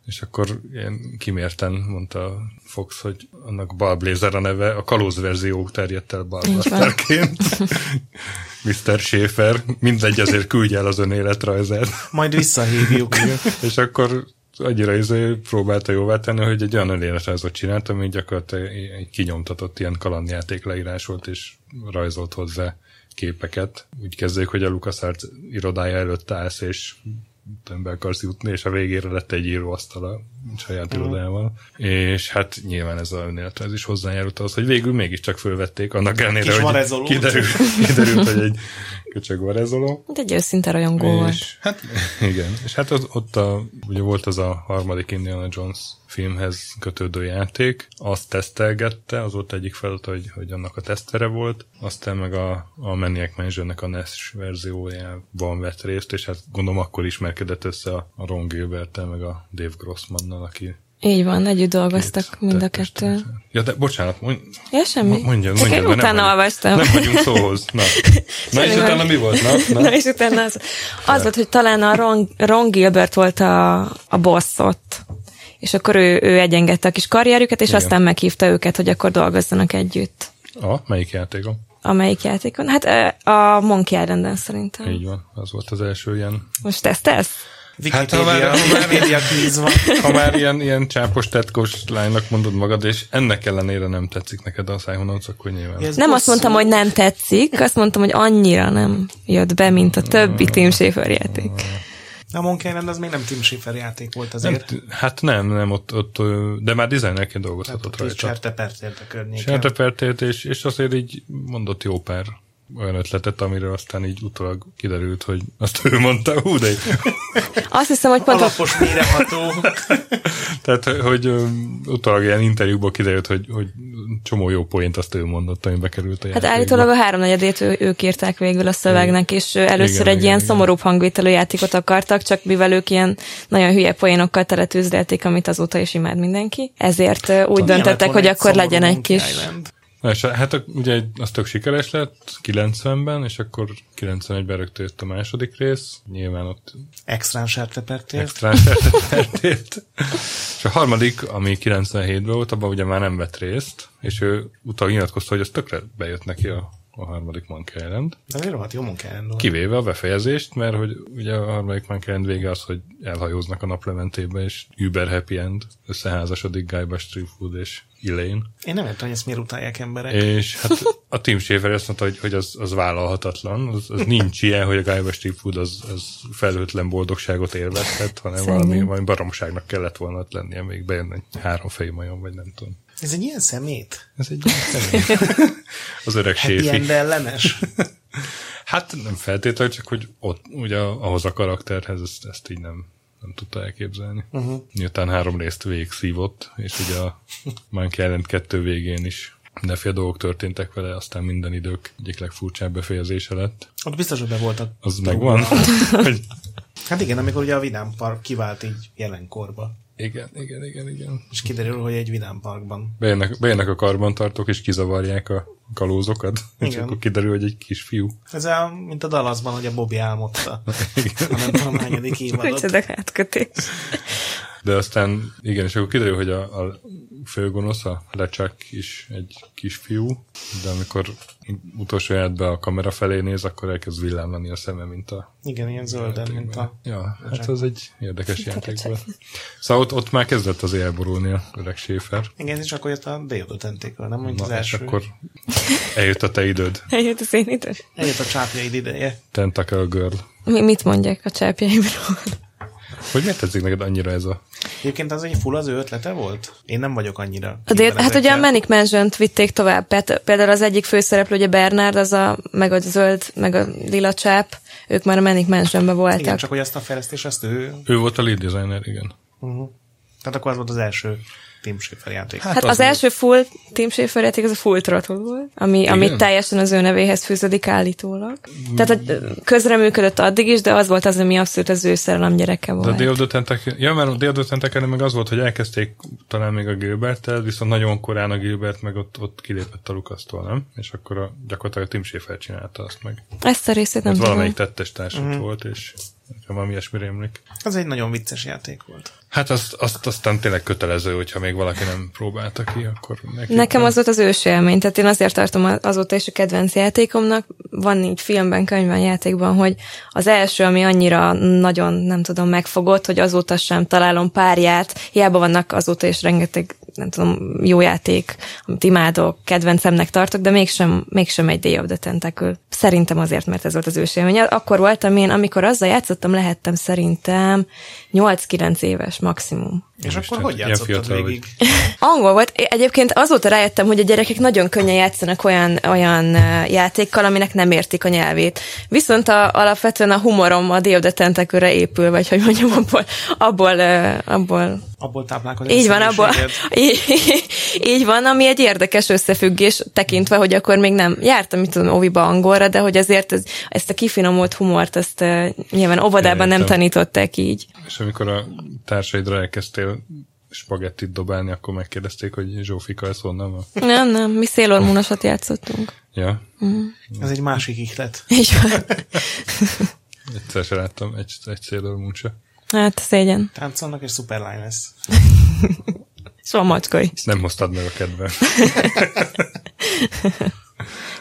A: És akkor ilyen kimérten mondta Fox, hogy annak Ball Blazer a neve, a kalóz verzió terjedt el Ball
C: Így van.
A: Blasterként. Mr. Schaefer, mindegy, azért küldje el az ön életrajzát
B: Majd visszahívjuk.
A: és akkor annyira izé próbálta jóvá tenni, hogy egy olyan önéletrajzot csinált, ami gyakorlatilag egy kinyomtatott ilyen kalandjáték leírás volt, és rajzolt hozzá képeket. Úgy kezdődik, hogy a LucasArts irodája előtt állsz, és tömbbe akarsz jutni, és a végére lett egy íróasztal a saját irodával. És hát nyilván ez a önéletrajz is hozzájárult az, hogy végül mégiscsak fölvették, annak ellenére,
B: Kis
A: hogy
B: varezolót.
A: kiderült, kiderült, hogy egy köcsög varezoló.
C: De egy őszinte rajongó volt.
A: És, hát igen, és hát az, ott a, ugye volt az a harmadik Indiana Jones filmhez kötődő játék, azt tesztelgette, az volt egyik feladat, hogy, hogy annak a tesztere volt, aztán meg a, a Maniac Mansionnek a NES verziójában vett részt, és hát gondolom akkor ismerkedett össze a, a Ron Gilberttel, meg a Dave Grossmannal, aki
C: Így van, együtt dolgoztak
A: két
C: mind a
A: tettest-
C: kettő.
A: Ja, de bocsánat, mondj,
C: Ja, semmi.
A: Mo- Mondja,
C: Csak
A: mondja,
C: én
A: mert
C: utána
A: nem vagyunk-
C: olvastam.
A: Nem vagyunk szóhoz. Na, na és
C: Semmi
A: utána
C: gond.
A: mi volt? Na,
C: Na.
A: na.
C: és utána az, az volt, hogy talán a Ron, Ron Gilbert volt a, a boss ott. És akkor ő, ő egyengette a kis karrierjüket, és
A: Igen.
C: Igen. aztán meghívta őket, hogy akkor dolgozzanak együtt.
A: A, melyik játékom?
C: Amelyik játékon? Hát ö, a Monkey Island-en szerintem.
A: Így van, az volt az első ilyen.
C: Most tesztelsz?
A: Hát, ha
B: Wikipedia,
A: már- ha már-
B: Wikipedia kvíz van.
A: Ha már ilyen, ilyen csápos, tetkós lánynak mondod magad, és ennek ellenére nem tetszik neked a szájhononc, akkor nyilván.
B: Ez
C: Nem azt
B: hosszú.
C: mondtam, hogy nem tetszik, azt mondtam, hogy annyira nem jött be, mint a többi Team Schafer játék.
B: A Monkey Island az még nem Tim Schafer játék volt
A: nem,
B: azért.
A: hát nem, nem, ott, ott ö, de már dizájnerként dolgozhatott
B: Hát Ott is
A: rajta.
B: Csertepertért a környéken.
A: Sertepertét, és, és azért így mondott jó pár olyan ötletet, amire aztán így utólag kiderült, hogy azt ő mondta, hú, de
C: Azt hiszem, hogy pont ott,
B: Alapos méreható. Szóval
A: Tehát, hogy ö, utólag ilyen interjúból kiderült, hogy, hogy csomó jó poént azt ő mondott, ami bekerült a
C: hát
A: játékba.
C: állítólag a háromnegyedét ő, ők írták végül a szövegnek, és ő először
A: Igen,
C: egy
A: igen,
C: ilyen
A: igen.
C: szomorúbb hangvételű játékot akartak, csak mivel ők ilyen nagyon hülye poénokkal teletűzdelték, amit azóta is imád mindenki, ezért ö, úgy
B: Milyen lett
C: döntöttek,
B: volna
C: hogy akkor
B: szomorú
C: legyen egy
B: Monkey
C: kis...
B: Island?
A: Na, és hát a- ugye egy- az tök sikeres lett 90-ben, és akkor 91-ben rögtön jött a második rész. Nyilván ott
B: Extrán sertepertért.
A: extrán sertetett. És a harmadik, ami 97-ben volt, abban ugye már nem vett részt, és ő utána nyilatkozta, hogy az tökre bejött neki a, a harmadik Monkey Island.
B: De miért rohadt jó Monkey Island volt?
A: Kivéve a befejezést, mert hogy ugye a harmadik Monkey Island vége az, hogy elhajóznak a naplementébe, és Uber Happy End, összeházasodik Guybrush Threepwood és Elaine.
B: Én nem értem, hogy ezt miért utálják emberek.
A: És hát a Tim Schafer azt mondta, hogy, hogy az, az vállalhatatlan, az, az nincs ilyen, hogy a Guybrush Threepwood az, az felhőtlen boldogságot élvezhet, hanem valami,
C: Szerintem.
A: valami baromságnak kellett volna ott lennie, még bejön egy háromfejű majom, vagy nem tudom.
B: Ez egy ilyen szemét.
A: Ez egy ilyen személy. Az öreg
B: Happy
A: séfi.
B: end ellenes.
A: Hát nem feltétlenül, csak hogy ott ugye ahhoz a karakterhez ezt, ezt így nem, nem tudta elképzelni. Uh-huh. Miután három részt végig szívott, és ugye a Monkey Island 2 végén is mindenféle dolgok történtek vele, aztán minden idők egyik legfurcsább befejezése lett.
B: Ott biztos, hogy be voltak.
A: Az megvan. hogy
B: Hát igen, amikor ugye a Vidám Park kivált így jelenkorba.
A: igen, igen, igen, igen.
B: És kiderül, hogy egy Vidám Parkban.
A: Bejönnek, bejönnek a karbantartók, és kizavarják a kalózokat, és
B: Igen.
A: akkor kiderül, hogy egy kisfiú.
B: Ez a, mint a
C: hát
B: Dallasban, hogy a Bobby álmodta. a nem tudom, hányadik évadot.
C: Micsoda átkötés.
A: De aztán igen, és akkor kiderül, hogy a, a főgonosz, a Lecsek is egy kisfiú, de amikor utolsó jelenetben a kamera felé néz, akkor elkezd villámlani a szeme, mint a
B: Igen, ilyen zölden, mint a...
A: Ja, hát az egy érdekes játékból. Szóval ott, ott már kezdett az elborulni a öreg Schaefer.
B: Igen, és akkor jött a Déodot entékről, nem mondjuk az
A: Na, és
B: első.
A: akkor eljött a te időd,
C: Eljött az én időm.
B: Eljött a csápjaid ideje.
A: Tentacle Girl.
C: Mi, mit mondják a csápjaimról?
A: Hogy miért tetszik neked annyira ez a...
B: Egyébként az egy full az ő ötlete volt? Én nem vagyok annyira.
C: A dél,
B: képben
C: hát ugye a
B: ezekkel.
C: Manic mansion vitték tovább. Tehát Például az egyik főszereplő, ugye Bernard, az a, meg a zöld, meg a lila csáp, ők már a Manic mansion voltak.
B: Igen, csak hogy azt a fejlesztés, azt ő...
A: Ő volt a lead designer, igen.
B: Uh-huh. Tehát akkor az volt az első Team Schiffer játék.
A: Hát,
C: Hát az, az első full Team Schafer játék az a full throttle volt, ami, ami teljesen az ő nevéhez fűződik állítólag.
A: Hmm.
C: Tehát a, közreműködött addig is, de az volt az, ami abszolút az ő szerelem gyereke
A: De a
C: volt.
A: Deodotentek, ja, mert a Deodotentek meg az volt, hogy elkezdték talán még a Gilbert-tel, viszont nagyon korán a Gilbert meg ott, ott kilépett a Lukasztól, nem? És akkor a, gyakorlatilag a Tim Schafer csinálta azt meg.
C: Ezt a részét nem
A: Ez valamelyik
C: tudom.
A: tettes társult mm. volt, és nekem valami ilyesmire emlik.
B: Az egy nagyon vicces játék volt.
A: Hát azt, azt, aztán tényleg kötelező, hogyha még valaki nem próbálta ki, akkor neki
C: Nekem az volt az ős élmény, tehát én azért tartom az- azóta is a kedvenc játékomnak. Van így filmben, könyvben, játékban, hogy az első, ami annyira nagyon, nem tudom, megfogott, hogy azóta sem találom párját, hiába vannak azóta is rengeteg, nem tudom, jó játék, amit imádok, kedvencemnek tartok, de mégsem, mégsem egy Day of the Tentacle. Szerintem azért, mert ez volt az ős élmény. Akkor voltam én, amikor azzal játszottam, lehettem szerintem 8-9 éves maximum.
B: És
A: is,
B: akkor
A: tehát
B: hogy
A: ilyen
B: játszottad
A: fiatal
B: végig?
C: Angol volt. É- Egyébként azóta rájöttem, hogy a gyerekek nagyon könnyen játszanak olyan, olyan ö, játékkal, aminek nem értik a nyelvét. Viszont a, alapvetően a humorom a déodetentekőre épül, vagy hogy mondjam, abból, abból, ö, abból
B: Abból táplálkozik.
C: így van, abból, így, így van, ami egy érdekes összefüggés, tekintve, hogy akkor még nem jártam, mit tudom, óviba angolra, de hogy azért ez, ezt a kifinomult humort, ezt ö, nyilván óvodában nem
A: Értem.
C: tanították így.
A: És amikor a társaidra elkezdtél spagettit dobálni, akkor megkérdezték, hogy Zsófika, ez honnan van?
C: Nem, nem, mi szélormunosat játszottunk.
A: Ja,
B: Ez egy másik ihlet.
C: Így van.
A: egyszer se láttam egy, egy Sailor Moon se.
C: Hát szégyen.
B: Táncolnak és szuperlány lesz.
C: Szóval macska is.
A: Nem hoztad meg a kedvem.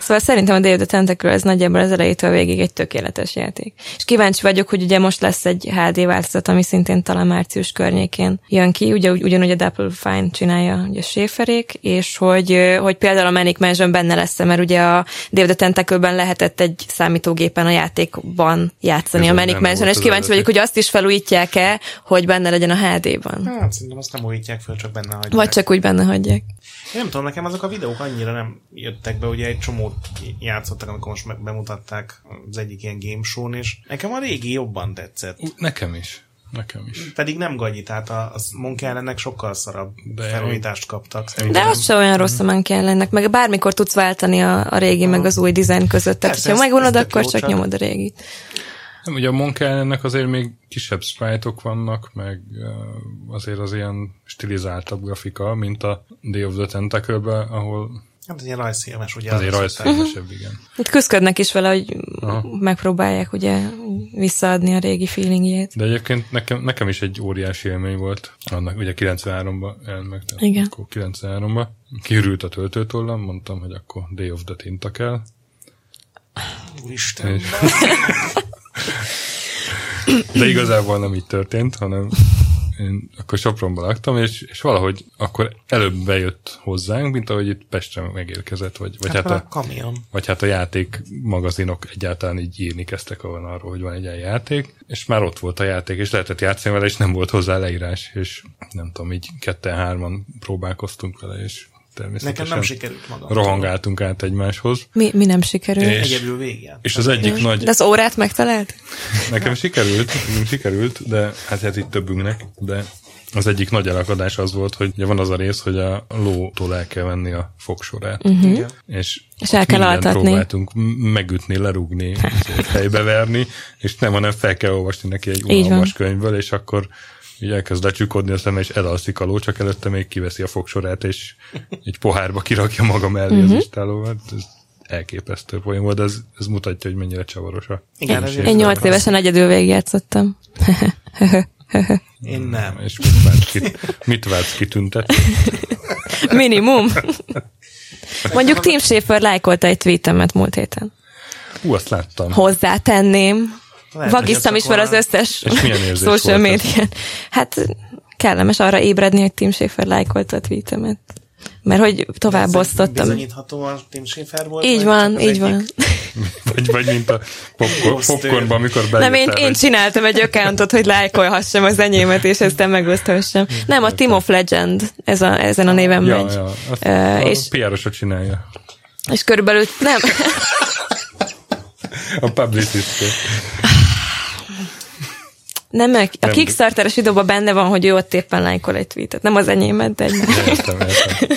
C: Szóval szerintem a Day of the Tentacle ez nagyjából az elejétől végig egy tökéletes játék. És kíváncsi vagyok, hogy ugye most lesz egy HD változat, ami szintén talán március környékén jön ki, ugye ugy- ugyanúgy a Double Fine csinálja ugye a séferék, és hogy, ö, hogy például a Manic Mansion benne lesz mert ugye a Day of the Tentacle-ben lehetett egy számítógépen a játékban játszani
A: Ez nem
C: a Manic
A: volt
C: Mansion, és
A: az
C: kíváncsi
A: eredeti.
C: vagyok, hogy azt is felújítják-e, hogy benne legyen a HD-ban.
B: Hát szerintem azt nem újítják föl, csak benne hagyják.
C: Vagy csak úgy benne hagyják.
B: Én nem tudom, nekem azok a videók annyira nem jöttek be, ugye egy csomót játszottak, amikor most meg- bemutatták az egyik ilyen game show és nekem a régi jobban tetszett.
A: Ú, Nekem is. Nekem is.
B: Pedig nem gagyi, tehát a, a Monkey Islandnek sokkal szarabb
A: De-
B: De felújítást kaptak.
C: De
B: szerintem.
C: az se olyan rossz a Monkey Islandnek, meg bármikor tudsz váltani a, a régi, meg az új dizájn között. Tehát,
B: Persze,
C: ha
B: ez-
C: megunod,
B: ez tök
C: akkor
B: jó,
C: csak
B: csak-
C: nyomod a régit.
A: Nem, ugye a Monkey Islandnek azért még kisebb sprite vannak, meg ö, azért az ilyen stilizáltabb grafika, mint a Day of the tentacle ahol
B: Hát egy ilyen rajzfilmes, ugye?
A: azért
B: az-
A: rajzfilmesebb, igen.
C: Itt küzdködnek is vele, hogy megpróbálják ugye visszaadni a régi feelingjét.
A: De egyébként nekem, nekem is egy óriási élmény volt. Annak ugye 93-ban elmegy, tehát
C: Igen.
A: akkor 93-ban. Kiürült a töltőtollam, mondtam, hogy akkor Day of the Tinta kell.
B: Úristen,
A: De igazából nem így történt, hanem én akkor Sopronban laktam, és, és valahogy akkor előbb bejött hozzánk, mint ahogy itt Pestre megérkezett, vagy, vagy hát,
B: hát a
A: a,
B: kamion.
A: vagy hát a játék magazinok egyáltalán így írni kezdtek olyan arról, hogy van egy ilyen játék, és már ott volt a játék, és lehetett játszani vele, és nem volt hozzá leírás, és nem tudom, így ketten-hárman próbálkoztunk vele, és természetesen
B: Nekem nem sikerült magam.
A: rohangáltunk át egymáshoz.
C: Mi, mi nem sikerül.
A: És-
B: Egyedül végén.
A: És az egyik nagy...
C: De az órát megtalált?
A: Nekem sikerült, nekem sikerült, de hát ez itt többünknek, de az egyik nagy elakadás az volt, hogy ugye van az a rész, hogy a lótól el kell venni a fogsorát. Uh-huh. És,
C: Mhm. És el
A: ott
C: kell
A: mindent
C: altatni.
A: próbáltunk m- megütni, lerugni, izé, fejbeverni, és nem, hanem fel kell olvasni neki egy
C: Így van.
A: unalmas könyvből, és akkor így elkezd lecsukódni a szeme, és elalszik a ló, csak előtte még kiveszi a fogsorát, és egy pohárba kirakja maga mellé
C: Mhm.
A: uh-huh. az istálóval. Ez elképesztő poén volt, de ez, ez mutatja, hogy mennyire csavaros a
B: Igen,
A: különbség.
B: ez
C: Én nyolc évesen egyedül végigjátszottam.
B: Én nem.
A: És mit vársz, ki, mit vársz kitüntetni?
C: Minimum. Mondjuk Tim Schafer lájkolta egy tweetemet múlt héten.
A: Hú, azt láttam.
C: Hozzátenném.
B: Lehet,
C: Vagisztam
B: hogy
C: is
B: csak
C: fel az
B: valami-
C: összes
A: És milyen érzés
C: social
A: volt ez?
C: médián. Hát kellemes arra ébredni, hogy Tim Schafer lájkolta a tweetemet. Mert hogy tovább osztottam.
B: Bizonyíthatóan Tim Schaefer volt? vagy
C: Így van,
B: csak az
C: így
B: egyik?
C: van.
A: Vagy, vagy mint a popcorn,
B: Osztő.
A: popcornban, amikor bejöttem.
C: Nem, én, én csináltam egy accountot, hogy lájkolhassam az enyémet, és ezt nem megoszthassam. Nem, a Team of Legend, ez a, ezen a néven
A: Ja,
C: megy.
A: ja. Azt,
C: Ö,
A: a
C: és-
A: és... PR-osok csinálja.
C: És körülbelül nem,
A: A publicist.
C: nem a, a
A: Nem.
C: Kickstarteres videóban benne van, hogy ő ott éppen lájkol egy tweetet. Nem az enyémet, de egy más.
A: Értem, értem.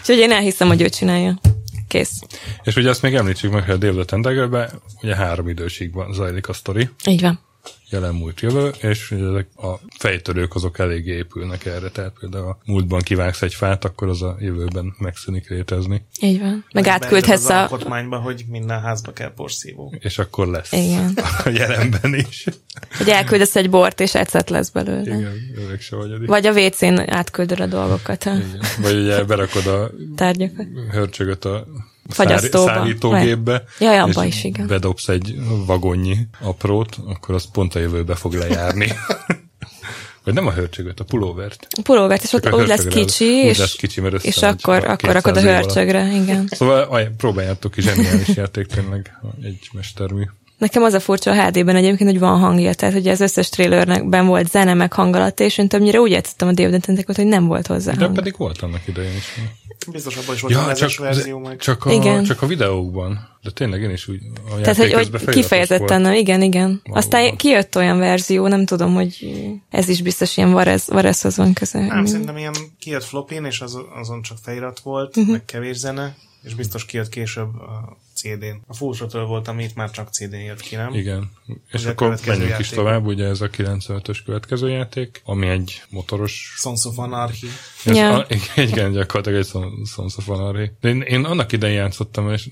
C: Úgyhogy én elhiszem, hogy ő csinálja. Kész.
A: És ugye azt még említsük meg, hogy a Dave Tentacle-ben ugye három időségben zajlik a sztori,
C: Így van.
A: jelen, múlt, jövő, és ugye ezek a fejtörők azok eléggé épülnek erre, tehát például a múltban kivágsz egy fát, akkor az a jövőben megszűnik létezni,
C: Így van. Meg
B: Benne
C: átküldhetsz
B: az
C: a...
B: alkotmányba, hogy minden házba kell porszívó.
A: és akkor lesz
C: Igen.
A: a jelenben is.
C: Hogy elküldesz egy bort, és ecet lesz belőle.
A: Igen, öreg se vagy eddig.
C: Vagy a WC-n átküldöd a dolgokat, a
A: Igen. Vagy ugye berakod a
C: tárgyakat.
A: hörcsögöt a
C: Fagyasztóba.
A: szári- szállítógépbe.
C: Vagy. Jaj,
A: és
C: abba is, igen.
A: bedobsz egy vagonnyi aprót, akkor az pont a jövőbe fog lejárni. Vagy nem a hörcsögöt, a pulóvert.
C: Pulóvert, és ott
A: Csak a
C: úgy lesz
A: hörcsögre az-
C: kicsi,
A: úgy
C: és,
A: lesz kicsi, mert
C: és
A: összemegy
C: akkor,
A: a
C: akkor rakod a
A: 200 év alatt.
C: hörcsögre, igen.
A: Szóval aj, próbáljátok ki, zseniális játék tényleg, ha egy mestermű.
C: Nekem az a furcsa a HD-ben egyébként, hogy van hangja, tehát hogy az összes trailernek ben volt zene, meg hangalata, és én többnyire úgy játszottam a Diodent hogy nem volt hozzá
A: De
C: hang.
A: pedig volt annak idején is.
B: Biztos abban is volt ja, mezes verzió meg.
A: csak, a,
C: Igen.
A: csak a videókban. De tényleg én is úgy a
C: Tehát,
A: játék közben
C: hogy, hogy
A: feliratos
C: kifejezetten,
A: volt.
C: nem, igen, igen. Aztán kijött olyan verzió, nem tudom, hogy ez is biztos ilyen Varez, Varezhoz van köze.
A: Mm.
B: Nem, szerintem ilyen kijött flopin, és az, azon csak felirat volt,
A: Mhm.
B: uh-huh. meg kevés zene, és biztos kijött később a CD-n. A Fulsotól volt, ami itt már csak CD-n jött ki, nem?
A: Igen. És
B: a
A: akkor
B: következő
A: menjünk is
B: játék.
A: tovább, ugye ez a 95-ös következő játék, ami egy motoros
B: Sons of Anarchy.
A: Ez
C: Ja.
A: a, igen, gyakorlatilag egy Son- Sons of Anarchy. De én, én annak idején játszottam, és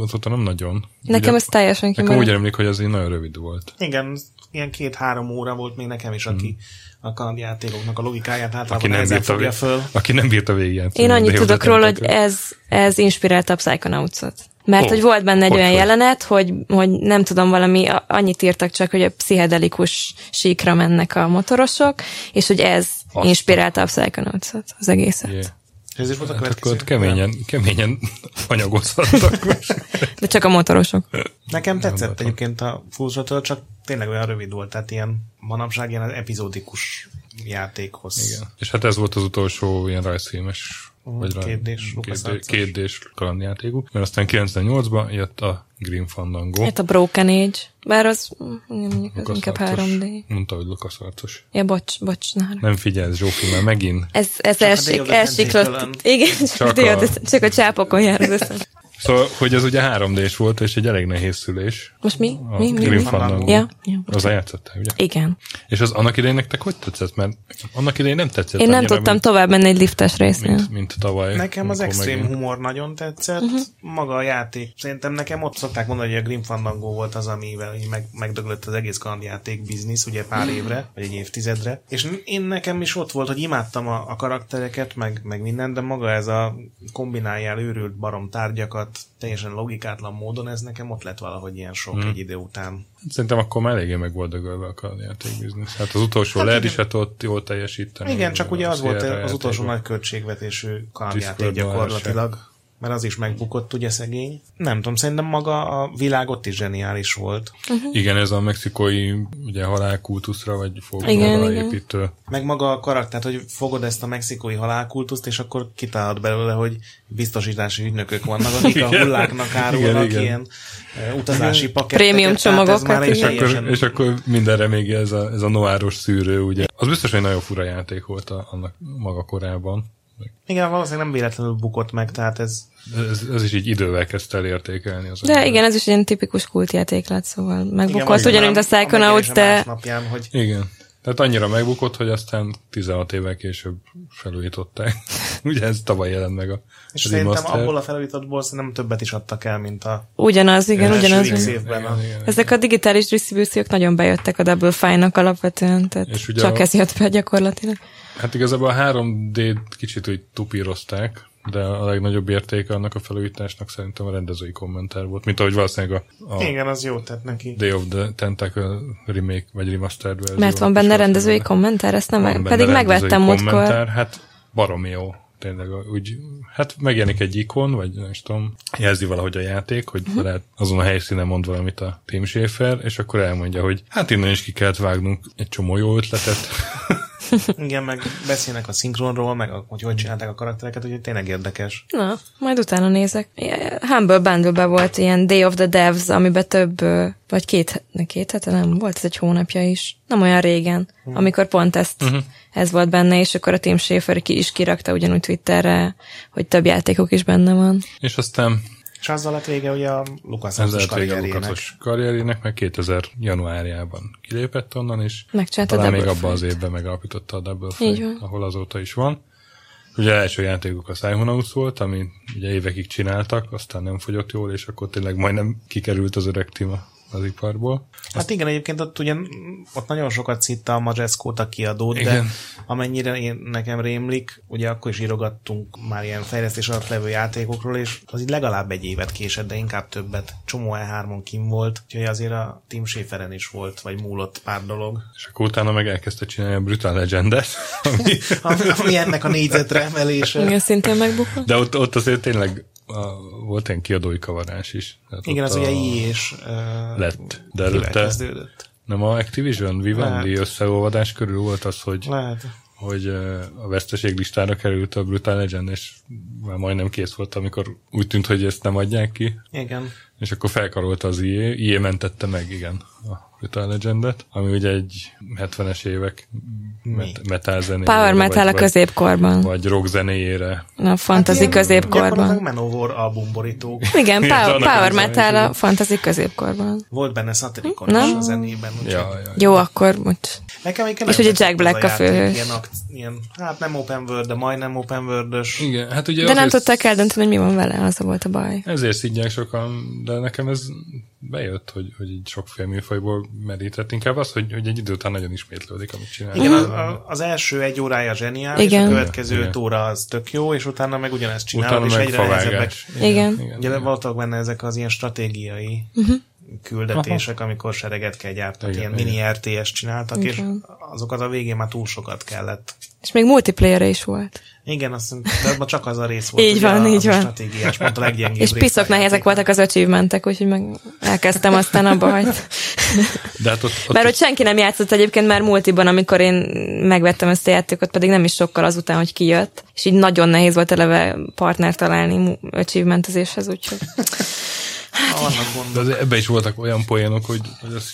A: azóta nem nagyon.
C: Nekem ez teljesen
A: Nekem úgy
C: kimaradt.
A: emlék, hogy az így nagyon rövid volt.
B: Igen, ilyen két-három óra volt még nekem is, aki a kaland játékoknak a logikáját
A: Mhm. Aki
B: általában
A: nem,
B: nehezen
A: bírta,
B: fogja
A: vég,
B: föl.
A: aki nem bírta végigjátszani.
C: Én annyit
A: de jó,
C: tudok
A: de
C: róla, hogy
A: tényleg-
C: ez, ez inspirálta a Psychonautsot. Mert
A: Ó,
C: oh, hogy volt benne egy
A: hogy
C: olyan
A: hogy?
C: jelenet, hogy, hogy nem tudom, valami a- annyit írtak csak, hogy a pszichedelikus síkra mennek a motorosok, és hogy ez
A: Azt.
C: inspirálta a Psychonautsot, az egészet.
A: Jé.
C: Yeah.
B: És ez is volt a
A: Hát
B: következő.
A: akkor ott keményen, keményen anyagozhattak. most.
C: De csak a motorosok.
B: Nekem tetszett egyébként a Fulsotól, csak tényleg olyan rövid volt, tehát ilyen manapság ilyen epizódikus játékhoz.
A: Igen. És hát ez volt az utolsó ilyen rajzfilmes vagy rá-
B: kétdés,
A: kétdé-
B: rupaszarcos.
A: kétdés kalandjátékú, mert aztán 98-ban jött a Green Fandango.
C: Hát a Broken Age, bár az, mm, igen, mondjuk az
A: Lukasz
C: inkább
A: arcos.
C: 3D.
A: Mondta, hogy Lukasz arcos.
C: Ja, bocs, bocs, nára.
A: Nem figyelsz, Zsófi, mert megint
C: Ez, ez
B: a
C: elsik,
B: Day of the Tentacle-en.
C: elsiklott. Igen, csak,
A: a-
C: a... csak a csápokon jár az összes.
A: Szóval, hogy ez ugye 3D-s volt, és egy elég nehéz szülés.
C: Most mi?
A: A
C: Mi? Mi?
A: Grim
C: mi?
A: Fandango.
C: Ja, ja.
A: Az játszottál, ugye?
C: Igen.
A: És az annak idején nektek hogy tetszett? Mert annak idején nem tetszett
C: Én nem
A: Hát annyira,
C: tudtam
A: mint,
C: tovább menni egy liftes résznél.
A: mint, mint tavaly.
B: Nekem az
A: amikor
B: extrém
A: megint-
B: humor nagyon tetszett, uh-huh. maga a játék. Szerintem nekem ott szokták mondani, hogy a Grim Fandango volt az, amivel így meg, megdöglött az egész kalandjáték biznisz, ugye pár évre, vagy egy évtizedre. És n- én nekem is ott volt, hogy imádtam a, a karaktereket, meg, meg mindent, de maga ez a kombináljál őrült barom tárgyakat, teljesen logikátlan módon, ez nekem ott lett valahogy ilyen sok egy idő után.
A: Szerintem akkor már eléggé meg volt dögölve a kalandjátékbiznisz. Hát az utolsó hát lehet is hát ott jól teljesíteni.
B: Igen, csak ugye az volt
A: Sierra
B: az utolsó
A: játékok.
B: nagy költségvetésű kalandjáték
A: Discordban
B: gyakorlatilag, mert az is megbukott, ugye szegény. Nem tudom, szerintem maga a világ ott is zseniális volt.
A: Igen, ez a mexikói ugye, halálkultuszra, vagy
C: Igen,
A: folklóra
C: igen.
A: építő.
B: Meg maga a karakter, tehát, hogy fogod ezt a mexikói halálkultuszt, és akkor kitalálod belőle, hogy biztosítási ügynökök vannak, akik a
A: Igen.
B: hulláknak árulnak
A: Igen, igen.
B: ilyen eh, utazási paketteket.
C: Prémium
B: tehát ez
C: csomagokat,
B: már egy
A: És akkor,
B: teljesen-
A: és akkor mindenre még ez a, ez a noáros szűrő, ugye. Az biztos, hogy nagyon fura játék volt a, annak maga korában.
B: Igen, valószínűleg nem véletlenül bukott meg, tehát ez
A: Ez, ez is így idővel kezdte el értékelni. Az
C: De
A: ember.
C: igen, ez is egy ilyen tipikus kultjáték lett, szóval megbukott,
B: vagy
C: ugyanúgy a
B: talán
C: Psychonauts,
B: megjelenés a
C: de
B: másnapján, hogy
A: Igen. Tehát annyira megbukott, hogy aztán 16 évvel később felújították. Ugye ez tavaly jelent meg a
B: És
A: a
B: szerintem
A: remaster.
B: abból a felújítottból szerintem többet is adtak el, mint a
C: Ugyanaz, igen,
B: első
C: ugyanaz.
B: X
C: hogy-
B: évben. A...
A: Igen, igen.
C: Ezek a digitális disztribúciók nagyon bejöttek a Double Fine-nak alapvetően, tehát
A: És ugye
C: csak
A: a-
C: ez jött be gyakorlatilag.
A: Hát igazából a 3D-t kicsit úgy tupírozták, de a legnagyobb értéke annak a felújításnak szerintem a rendezői kommentár volt, mint ahogy valószínűleg a, a
B: Igen, az jó tett neki.
A: Day of the Tentacle remake, vagy remastered verzió.
C: Mert van
A: is
C: benne
A: az,
C: rendezői
A: amiben-
C: kommentár, ezt nem,
A: van benne
C: pedig
A: rendezői
C: megvettem múltkor.
A: kommentár, Hát barom jó. Tényleg úgy, hát megjelenik egy ikon, vagy nem is tudom, jelzi valahogy a játék, hogy
C: Mhm.
A: uh-huh. lehet azon a helyszínen mond valamit a Tim Schafer, és akkor elmondja, hogy hát innen is ki kellett vágnunk egy csomó jó ötletet.
B: Igen, meg beszélnek a szinkronról, meg a, hogy hogy csinálták a karaktereket, úgyhogy tényleg érdekes.
C: Na, majd utána nézek. Yeah, Humble bundle volt ilyen Day of the Devs, amiben több, ö, vagy két, ne, két hete nem, volt ez egy hónapja is. Nem olyan régen, amikor pont ezt,
A: Mhm.
C: ez volt benne, és akkor a Tim Schafer ki is kirakta ugyanúgy Twitterre, hogy több játékok is benne van.
A: és aztán
B: És azzal lett vége ugye a Lukasz
A: ez
B: Arcos
A: lett vége
B: karrierjének.
A: Lukasos karrierének, meg 2000 januárjában kilépett onnan, és
C: Megcsinálta
A: talán
C: a
A: még
C: Double
A: abban az
C: Fine-t.
A: évben megalapította a Double
C: Így
A: Fine,
C: van.
A: ahol azóta is van. Ugye első játékuk a Psychonauts volt, ami ugye évekig csináltak, aztán nem fogyott jól, és akkor tényleg majdnem kikerült az öreg Tima az iparból.
B: Hát igen, egyébként ott ugyan ott nagyon sokat szitta a Majesco-t a kiadót, de
A: Igen.
B: amennyire én, nekem rémlik, ugye akkor is írogattunk már ilyen fejlesztés alatt levő játékokról, és az így legalább egy évet késett, de inkább többet. Csomó E3-on kim volt, úgyhogy azért a Tim Schaeferen is volt, vagy múlott pár dolog.
A: És akkor utána meg elkezdte csinálni a Brutal Legendet, ami,
B: Ami, ami ennek a négyzetre emelése.
C: Igen, szintén megbukott.
A: de ott, ott azért tényleg a, volt ilyen kiadói kavarás is. Tehát
B: Igen,
A: ott
B: az
A: a-
B: ugye így és
A: lett, de előtte
B: kezdődött.
A: nem a Activision Vivendi
B: Lehet.
A: összeolvadás körül volt az, hogy
B: Lehet.
A: hogy ö, a veszteség listára került a Brutal Legend, és már majdnem kész volt, amikor úgy tűnt, hogy ezt nem adják ki,
B: Igen.
A: és akkor felkarolta az IE, IE mentette meg, igen, a Brutal Legendet, ami ugye egy 70-es évek met- metal zenéjére,
C: Power metal a
A: vagy,
C: középkorban.
A: vagy rock zenéjére.
C: A fantasy
B: Hát ilyen
C: középkorban.
B: Gyakorlatilag Manowar albumborítók.
C: Igen,
A: Igen,
C: power,
A: annak
C: power
A: az a
C: metal a fantasy középkorban.
B: Volt benne Satyricon
C: Nem?
B: is a zenében. úgyhogy-
A: Ja, ja.
C: Jó, akkor most
B: Nekem igen
C: És
B: nem
C: ugye
B: tetszett
C: Jack Black
B: ez
C: a
B: játék,
C: főhős.
B: Ilyen, akt- ilyen, hát nem open world, de majdnem open world
A: Igen, hát ugye
C: De nem
A: azért-
C: tudták eldönteni, hogy mi van vele, az volt a baj.
A: Ezért szidják sokan, de nekem ez bejött, hogy, hogy így sokféle műfajból merített. Inkább az, hogy, hogy egy idő után nagyon ismétlődik, amit csinál.
B: igen, a- a- az első egy órája zseniális,
C: Mm. Igen.
B: a következő
A: Igen.
B: öt óra az tök jó, és utána meg ugyanezt csinálod,
A: Utána
B: és
A: meg
B: egyre nehezebbek.
A: favágás.
C: Igen.
B: Ugye voltak benne ezek az ilyen stratégiai
C: Mhm.
B: uh-huh. küldetések, amikor sereget kell gyártani,
A: Igen,
B: ilyen
A: igen.
B: mini RTS csináltak, és
C: Igen.
B: azokat a végén már túl sokat kellett.
C: És még multiplayer is volt.
B: Igen, azt hiszem, de abban csak az a rész volt,
C: Így
B: ugye,
C: van,
B: a-
C: így
B: az a
C: van.
B: stratégiás, pont a leggyengébb
C: És
B: része a
C: piszok nehézek
B: játéknak.
C: voltak az achievementek, úgyhogy meg elkezdtem aztán abba hagyt.
A: De hát ott, ott
C: Mert hogy senki nem játszott egyébként már multiban, amikor én megvettem ezt a játékot, pedig nem is sokkal azután, hogy kijött. És így nagyon nehéz volt eleve partner találni mu- achievementezéshez, úgyhogy
B: Ah, Vannak gondok.
A: De az, ebbe is voltak olyan poénok, hogy, hogy az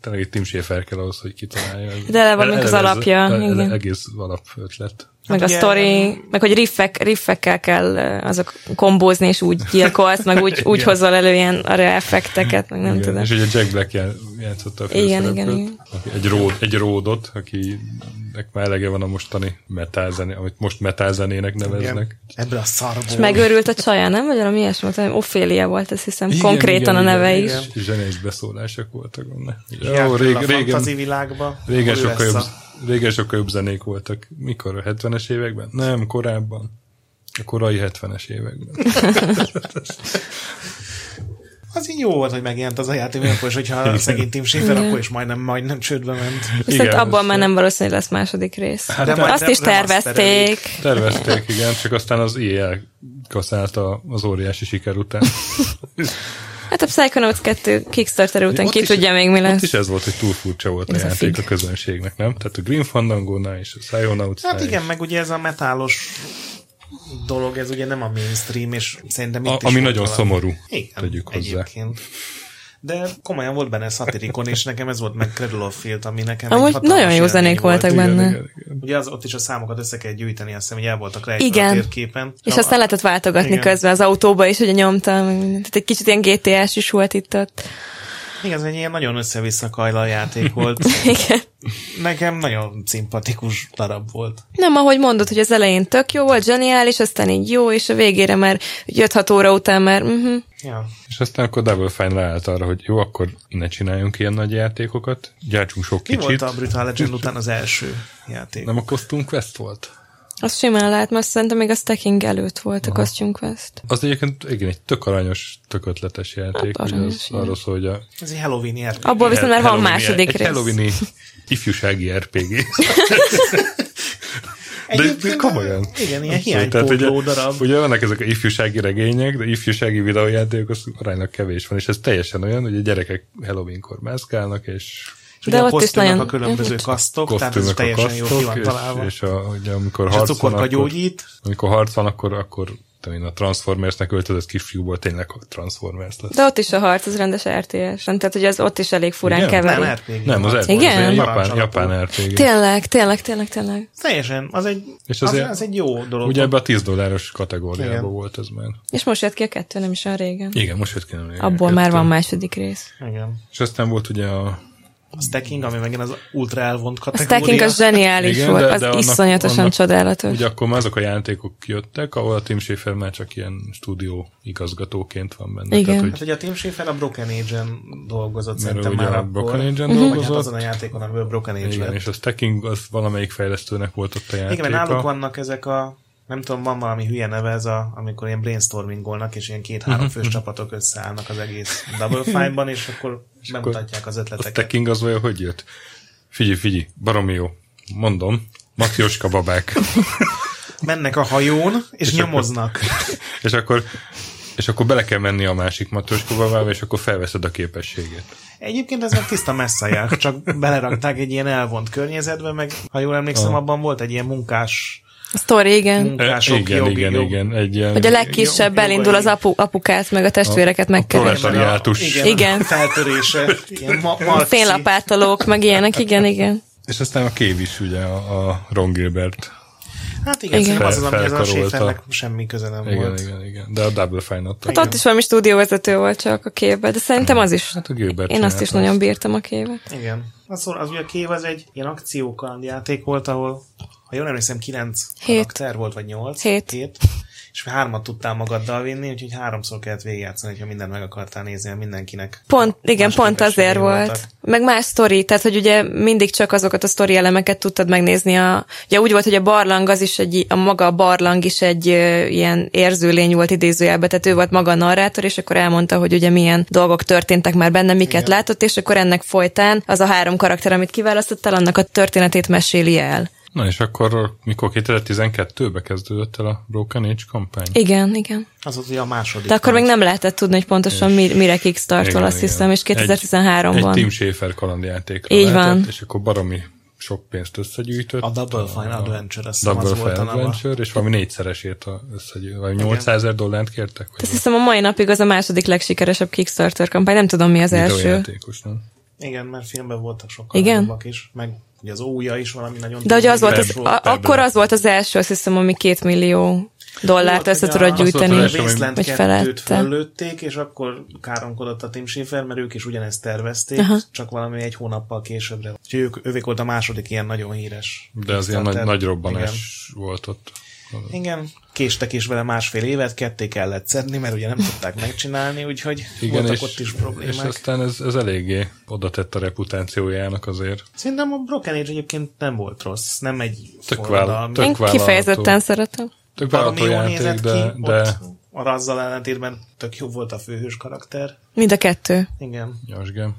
A: tényleg egy Tim Schafer kell ahhoz, hogy kitalálja.
C: De eleve annak az
A: Eleve ez-
C: alapja,
A: Ez, ez
C: igen.
A: egész alap ötlet.
C: meg
B: ugye-
C: a story, meg hogy riffek, riffekkel kell ö, azok kombózni, és úgy gyilkolsz, meg úgy, úgy
A: Igen.
C: hozol elő ilyen arra effekteket, meg nem
A: igen.
C: tudom.
A: És ugye Jack Black já- játszotta a
C: Igen,
A: főszereplőt,
C: igen, igen.
A: aki Egy, ród, egy ródot, akinek már elege van a mostani metázené, amit most metázenének neveznek. Igen.
B: Ebből a szarból.
C: És megőrült a csaja, nem? Vagy valami ilyesmi, volt, valami Ofélia volt, azt hiszem, igen, konkrétan igen, a neve igen, is. Igen.
A: Igen. És Zseniális beszólások voltak benne.
B: Jó,
A: Jó, rég,
B: a
A: régen,
B: fantasy világba.
A: régen,
B: Hol ő
A: sokkal
B: lesz
A: jobb,
B: a-
A: régen sokkal jobb zenék voltak. Mikor? A 70-es években? Nem, korábban. A korai 70-es években.
B: Az így jó volt, hogy megjelent az a játék, mert akkor is, hogyha a szegény Tim Schafer, akkor is majdnem, majdnem csődbe ment.
C: Viszont
A: Igen,
C: abból
A: ez-
C: már nem valószínű, hogy lesz második rész. Hát,
B: de
C: de
B: majd
C: azt is
B: remasterelik.
C: tervezték.
A: Tervezték, igen, csak aztán az IE kaszálta az óriási siker után.
C: Hát a Psychonauts 2 Kickstarter után
A: Ott
C: ki
A: is-
C: tudja még mi
A: Ott
C: lesz.
A: is ez volt, hogy túl furcsa volt a
C: Ez a
A: játék a
C: fig.
A: közönségnek, nem? Tehát a Green fandango és a psychonauts
B: Hát igen, meg ugye ez a metálos dolog, ez ugye nem a mainstream, és szerintem itt
A: a,
B: is
A: ami
B: volt
A: nagyon
B: valami.
A: szomorú,
B: Igen,
A: tegyük hozzá.
B: Egyébként. De komolyan volt benne szatirikon, és nekem ez volt meg Cradle of Field, ami nekem egy
C: Amúgy
B: hatalmas
C: nagyon jó
B: élmény
C: zenék
B: volt.
C: voltak benne.
A: igen, igen.
B: Ugye az, ott is a számokat össze kell gyűjteni, azt hiszem, hogy el voltak rejtve a
C: Igen.
B: térképen.
C: És aztán lehetett váltogatni
B: Igen.
C: közben az autóba is, ugye nyomtam. meg mindent. Tehát egy kicsit ilyen GTS is volt itt ott.
B: Igen, ez egy ilyen nagyon össze-vissza kajla játék volt.
C: Igen.
B: Nekem nagyon szimpatikus darab volt.
C: Nem, ahogy mondod, hogy az elején tök jó volt, zseniális, aztán így jó, és a végére már 5-6 óra után már uh-huh,
B: Ja.
A: És aztán akkor Double Fine ráállt arra, hogy jó, akkor ne csináljunk ilyen nagy játékokat, gyártsunk sok
B: Mi
A: kicsit.
B: volt a Brutal Legend után az első játék?
A: Nem a Costume Quest volt?
C: azt simán lehet, mert szerintem még a stacking előtt volt a Costume Quest.
A: Az egyébként igen, egy tök aranyos, tök ötletes játék.
C: Hát
A: Hát,
C: aranyos,
A: az arról szól, hogy a
B: Ez egy Halloween játék.
C: Abból viszont már van
A: Halloween-
C: második
A: egy
C: rész.
A: halloweeni ifjúsági RPG. De
B: Egyébként,
A: ez komolyan.
B: Igen, ilyen
A: Szóval, tehát ugye,
B: hiánypótló darab.
A: ugye vannak ezek a ifjúsági regények, de ifjúsági videójátékok az aránylag kevés van, és ez teljesen olyan, hogy a gyerekek Halloweenkor mászkálnak, és
B: És ugye
C: De
B: a
C: ott is
B: kosztümök
C: nagyon- Mhm.
B: a különböző kasztok, tehát ez
A: kosztümök a
B: teljesen jó ki
A: kasztok,
B: van találva.
A: és, és a, hogy amikor
B: És a
A: harc van,
B: cukorka
A: akkor,
B: gyógyít.
A: amikor harc van, akkor, akkor tudom én, a Transformersnek öltözött kisfiúból tényleg a Transformers lesz.
C: De ott is a harc, az rendes RTS. Tehát, hogy az ott is elég furán
A: Igen?
C: keveri.
B: Nem, RPG.
A: Nem, az RPG,
C: Igen?
A: igen? japán,
B: Parancsalapú.
A: japán RPG.
C: Tényleg, tényleg, tényleg, tényleg.
B: Teljesen, az egy,
A: És
B: és az,
A: azért-
B: az egy jó dolog.
A: Ugye
B: Ugye,
A: ebbe a 10 dolláros kategóriába
B: Igen.
A: volt ez már.
C: És most jött ki a kettő, nem is olyan régen.
A: Igen, most jött ki nem régen,
C: Abból már
A: kettő.
C: van második rész.
B: igen.
A: És aztán volt ugye a...
B: A stacking, ami megint az ultra elvont
C: A
B: kategória. Hát,
C: stacking az zseniális
A: Igen,
C: volt,
A: de-
C: az
A: de annak-
C: iszonyatosan
A: annak-
C: csodálatos.
A: Ugye akkor már azok a játékok jöttek, ahol a Tim Schafer már csak ilyen stúdió igazgatóként van benne.
C: Igen.
A: Tehát,
B: Hát
A: hogy
B: ugye a Tim Schafer a Broken Age-en dolgozott szerintem
A: ugye
B: már
A: a
B: akkor.
A: Broken Age-en
C: Mhm.
B: Vagy hát
A: dolgozott.
B: azon a játékon, amiből Broken Age
A: igen,
B: lett.
A: és a stacking az valamelyik fejlesztőnek volt ott a játéka.
B: Igen, mert náluk vannak ezek a nem tudom, van valami hülye neve ez, a, amikor ilyen brainstormingolnak, és ilyen két-három
A: Mhm.
B: fős csapatok összeállnak az egész Double Fine-ban, és akkor bemutatják az
A: A
B: ötleteket.
A: stacking az olyan, hogy jött? Figyelj, figyelj, baromi jó. Mondom, Matyoska babák.
B: Mennek a hajón, és nyomoznak.
A: és akkor és akkor bele kell menni a másik matroska babába, és akkor felveszed a képességét.
B: Egyébként ez meg tiszta messzaják, csak belerakták egy ilyen elvont környezetbe, meg ha jól
A: Ah.
B: emlékszem, abban volt egy ilyen munkás,
C: A sztori, igen.
B: munkások
A: E, igen,
B: jobb,
A: igen,
B: jobb.
A: igen. Egy ilyen,
C: Hogy a legkisebb
B: jó,
C: elindul az
B: jó.
C: apu, apukát, meg a testvéreket megkeres.
A: prolet- Proletariátus.
B: Igen,
C: Igen.
B: igen. feltörése, ilyen ma- marxi.
C: Félapátolók, meg ilyenek, igen, igen.
A: És aztán a kév is, ugye, a, a Ron Gilbert.
B: Hát igen,
C: Igen.
B: igen. az az, ami ez a
A: Felkarolta.
B: Schaefernek semmi köze nem
A: Igen,
B: volt.
A: igen, igen. De a Double Fine adta.
C: Hát ott is valami stúdióvezető volt csak a képben, de szerintem az is.
A: Hát a Gilbert
C: Én azt is
A: csinálta
C: nagyon bírtam a képet.
B: Igen. Az, az ugye a kév az egy ilyen akciókaland játék volt, ahol, ha jól emlékszem, 9
C: Hét.
B: karakter volt, vagy 8.
C: Hét.
B: És hármat tudtál magaddal vinni, úgyhogy háromszor kellett végigjátszani, hogyha mindent meg akartál nézni mert mindenkinek.
C: Pont, igen,
B: más
C: pont
B: képességei
C: azért volt.
B: voltak.
C: Meg más sztori, tehát hogy ugye mindig csak azokat a sztori elemeket tudtad megnézni. A, ugye úgy volt, hogy a barlang az is egy, a maga a barlang is egy ö, ilyen érzőlény volt idézőjelben, tehát ő volt maga a narrátor, és akkor elmondta, hogy ugye milyen dolgok történtek már benne, miket
B: Igen.
C: látott, és akkor ennek folytán az a három karakter, amit kiválasztottál, annak a történetét meséli el.
A: Na és akkor, mikor 2012-be kezdődött el a Broken Age kampány?
C: Igen, igen.
B: Az volt ugye a második.
C: De akkor még
B: rész.
C: nem lehetett tudni, hogy pontosan mi, mire kickstartol,
A: Igen,
C: azt
A: igen.
C: hiszem, és
A: Egy, egy
C: 2013-ban.
A: Tim Schafer kalandjátékra
C: Így
A: lehetett,
C: van.
A: és akkor baromi sok pénzt összegyűjtött.
B: A Double Fine Adventure, azt hiszem
A: Double
B: az volt
A: Fire
B: a neve.
A: Adventure, és valami négyszeresét a összegyűjtött, vagy 800 ezer dollárt kértek? Vagy
C: Azt hiszem a mai napig az a második legsikeresebb Kickstarter kampány, nem tudom mi az első.
A: videójátékos, nem?
B: Igen, mert filmben voltak sokkal
C: Igen?
B: nagyobbak is, meg ugye az ója is valami nagyon...
C: De hogy az volt, az,
A: Per-
C: a,
A: per-
C: akkor az volt az első, azt hiszem, ami két millió dollárt
B: Volt,
C: össze
B: hogy a-
C: tudod gyűjteni.
A: az első, ami-
B: Wasteland
C: vagy
B: 2-t
C: felette.
B: föllőtték, és akkor káromkodott a Tim Schafer, mert ők is ugyanezt tervezték, csak valami egy hónappal későbbre. Úgyhogy ők, ők volt a második ilyen nagyon híres.
A: De az ilyen nagy,
B: Kickstarter.
A: nagy robbanás volt ott.
B: Igen. Igen, késtek is vele másfél évet, ketté kellett szedni, mert ugye nem tudták megcsinálni, úgyhogy Igen, voltak ott is
A: És
B: problémák.
A: aztán ez, ez eléggé oda tett a reputációjának azért.
B: Szerintem a Broken Age egyébként nem volt rossz, nem egy
A: Tök
B: forradalmi.
A: vállal-
C: Én
A: tök vállalható.
C: kifejezetten szeretem.
A: Tök
B: Valami
A: vállalható
B: jól
A: játék,
B: nézett ki,
A: de, de
B: ott arra azzal ellentétben tök jó volt a főhős karakter.
C: Mind a kettő.
B: Igen.
A: Nyasgem.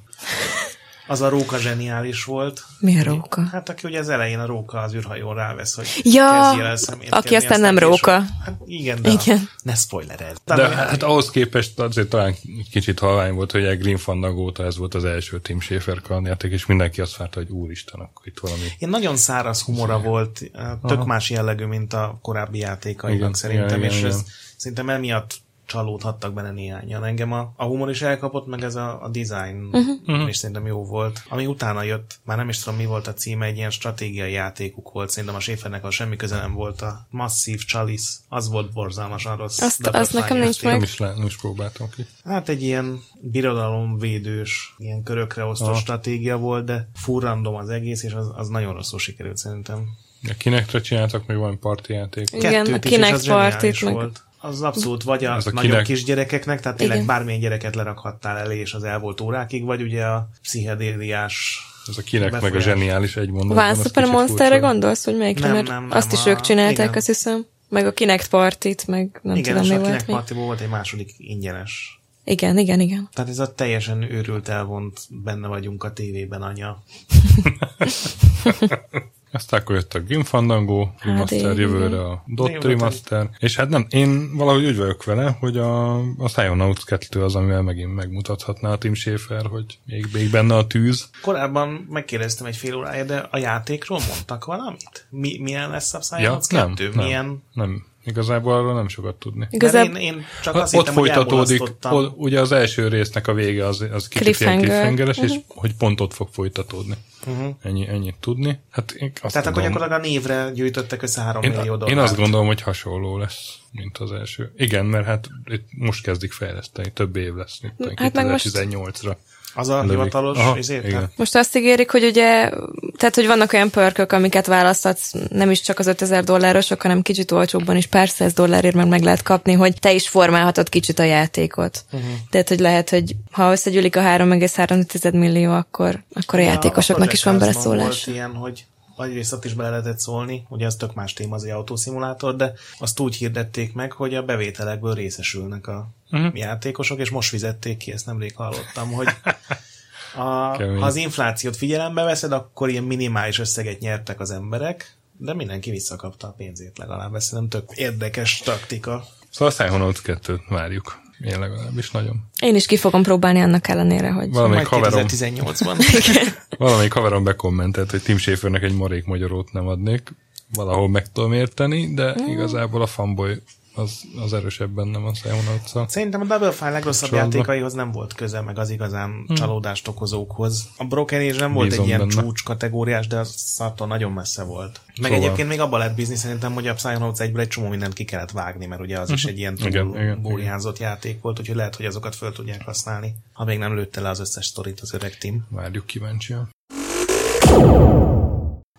B: Az a róka zseniális volt.
C: Milyen róka?
B: Hát aki ugye az elején a róka az űrhajón rávesz, hogy
C: Ja,
B: kezdjél el szemétkedni,
C: aki aztán nem
B: később-
C: róka.
B: Hát igen, de
C: Igen.
B: igen. ne spoilerezz.
A: De hát ahhoz képest azért talán kicsit halvány volt, hogy a Green Fandango óta ez volt az első Tim Schafer kalandjáték, és mindenki azt várta, hogy úristen, akkor itt valami...
B: Én nagyon száraz humora volt, eh, tök más jellegű, mint a korábbi játékainak
A: Igen,
B: szerintem,
A: igen,
B: és
A: igen,
B: ez
A: igen.
B: szerintem emiatt csalódhattak benne néhányan. Engem a, a humor is elkapott, meg ez a, a design
C: Mhm.
A: Mhm.
B: uh-huh. is szerintem jó volt. Ami utána jött, már nem is tudom mi volt a címe, egy ilyen stratégiai játékuk volt, szerintem a Schaefernek a semmi köze nem volt a masszív Chalice, az volt borzalmasan rossz.
C: Azt-
B: Double
C: azt nekem
B: Fine
C: nincs
B: játék.
A: Nem
C: Meg-
A: is, le, nem is próbáltam ki.
B: Hát egy ilyen birodalomvédős, ilyen körökre osztó
A: Aha.
B: stratégia volt, de furrandom az egész, és az, az nagyon rosszul sikerült szerintem.
A: A Kinectre csináltak még valami partijáték.
C: Igen,
B: Kettőt
C: a
B: is, és
C: Kinect
B: az zseniális
C: partit, meg-
B: volt. Az abszolút vagy a,
A: Ez a
B: nagyon
A: Kinect-
B: kisgyerekeknek, tehát tényleg
C: Igen.
B: bármilyen gyereket lerakhattál elé, és az el volt órákig, vagy ugye a pszichedéliás
A: Ez a Kinect meg a
B: Befolyás.
A: zseniális egy mondatban.
C: Van
A: az
C: Super
A: kicsit
C: Monsterre
A: furcsa.
C: gondolsz, hogy melyikre?
B: Nem,
C: Mert
B: nem, nem,
C: azt is
B: a-
C: ők csinálták,
B: igen.
C: azt hiszem. Meg a Kinect partit, meg nem
B: Igen, és
C: tudom
B: a
C: mi
B: Kinect
C: volt. még.
B: partiból volt egy második ingyenes.
C: Igen, igen, igen.
B: Tehát ez a teljesen őrült elvont, benne vagyunk a tévében, anya.
A: Aztán akkor jött a Grim Fandango remaster,
C: Hát igen.
A: jövőre a
B: Jó,
A: Dot
B: hát
A: remaster, és hát nem, én valahogy úgy vagyok vele, hogy a, a Psyonauts 2 az, amivel megint megmutathatná a Tim Schafer, hogy még, még benne a tűz.
B: Korábban megkérdeztem egy fél órája, de a játékról mondtak valamit? Mi, milyen lesz a
A: Ja,
B: Psyonauts
A: nem,
B: 2?
A: nem,
B: milyen?
A: nem. Igazából arról nem sokat tudni.
B: Igazán...
C: Igazából
B: Én, én csak
A: Hát
B: azt hittem, hogy elmulasztottam.
A: o, ugye az első résznek a vége az, az kicsit ilyen
C: Cliffhanger. Mhm.
A: cliffhangeres, és hogy pont ott fog folytatódni. Uh-huh. Ennyi, ennyit tudni. Hát én azt
B: Mhm. Tehát akkor
A: gondolom-
B: gyakorlatilag a névre gyűjtöttek össze 3 millió
A: én,
B: dollárt.
A: én azt gondolom, hogy hasonló lesz, mint az első. Igen, mert hát itt most kezdik fejleszteni, több év lesz, mint
C: Hát
A: hát
C: meg most-
A: 2018-ra.
B: Az a
A: lövik.
B: hivatalos, Hát,
A: Aha,
B: ezért?
A: igen.
B: Tehát
C: most azt ígérik, hogy ugye, tehát, hogy vannak olyan pörkök, amiket választhatsz, nem is csak az 5000 dollárosok, hanem kicsit olcsóbban is pár száz dollárért már meg lehet kapni, hogy te is formálhatod kicsit a játékot. Uh-huh. Tehát, hogy lehet, hogy ha összegyűlik a 3,3 millió, akkor, akkor a
B: a
C: játékosoknak is van
B: Project Cars-ban
C: beleszólás.
B: Volt ilyen, hogy egyrészt ott is bele lehetett szólni, ugye az tök más téma az egy autószimulátor, de azt úgy hirdették meg, hogy a bevételekből részesülnek a uh-huh. játékosok, és most fizették ki, ezt nemrég hallottam, hogy a,
A: Kemény.
B: ha az inflációt figyelembe veszed, akkor ilyen minimális összeget nyertek az emberek, de mindenki visszakapta a pénzét legalább, ez szerintem tök érdekes taktika.
A: Szóval a Psychonauts 2-t várjuk. Én legalábbis nagyon.
C: Én is ki fogom próbálni annak ellenére, hogy...
A: Valamelyik
B: Majd
A: haverom,
B: 2018-ban.
A: valamelyik haverom bekommentelt, hogy Tim Schafernek egy marék magyarót nem adnék. Valahol meg tudom érteni, de igazából a fanboy az, az erősebb bennem a Psychonauts-szal.
B: Szerintem a Double Fine legrosszabb
A: Csalódva.
B: játékaihoz nem volt köze, meg az igazán
C: Hm.
B: hmm. csalódást okozókhoz. A Broken Age nem volt
A: Bízom
B: egy ilyen
A: benne.
B: csúcs kategóriás, de az attól nagyon messze volt. Meg
A: Szóval.
B: egyébként még abban lett bízni szerintem, hogy a Psychonauts egyből egy csomó mindent ki kellett vágni, mert ugye az
C: Hm.
B: is egy ilyen
A: Igen,
B: túl
A: igen, igen.
B: burjánzott játék volt, úgyhogy lehet, hogy azokat föl tudják használni, ha még nem lőtte le az összes sztorit az öreg team.
A: Várjuk kíváncsian.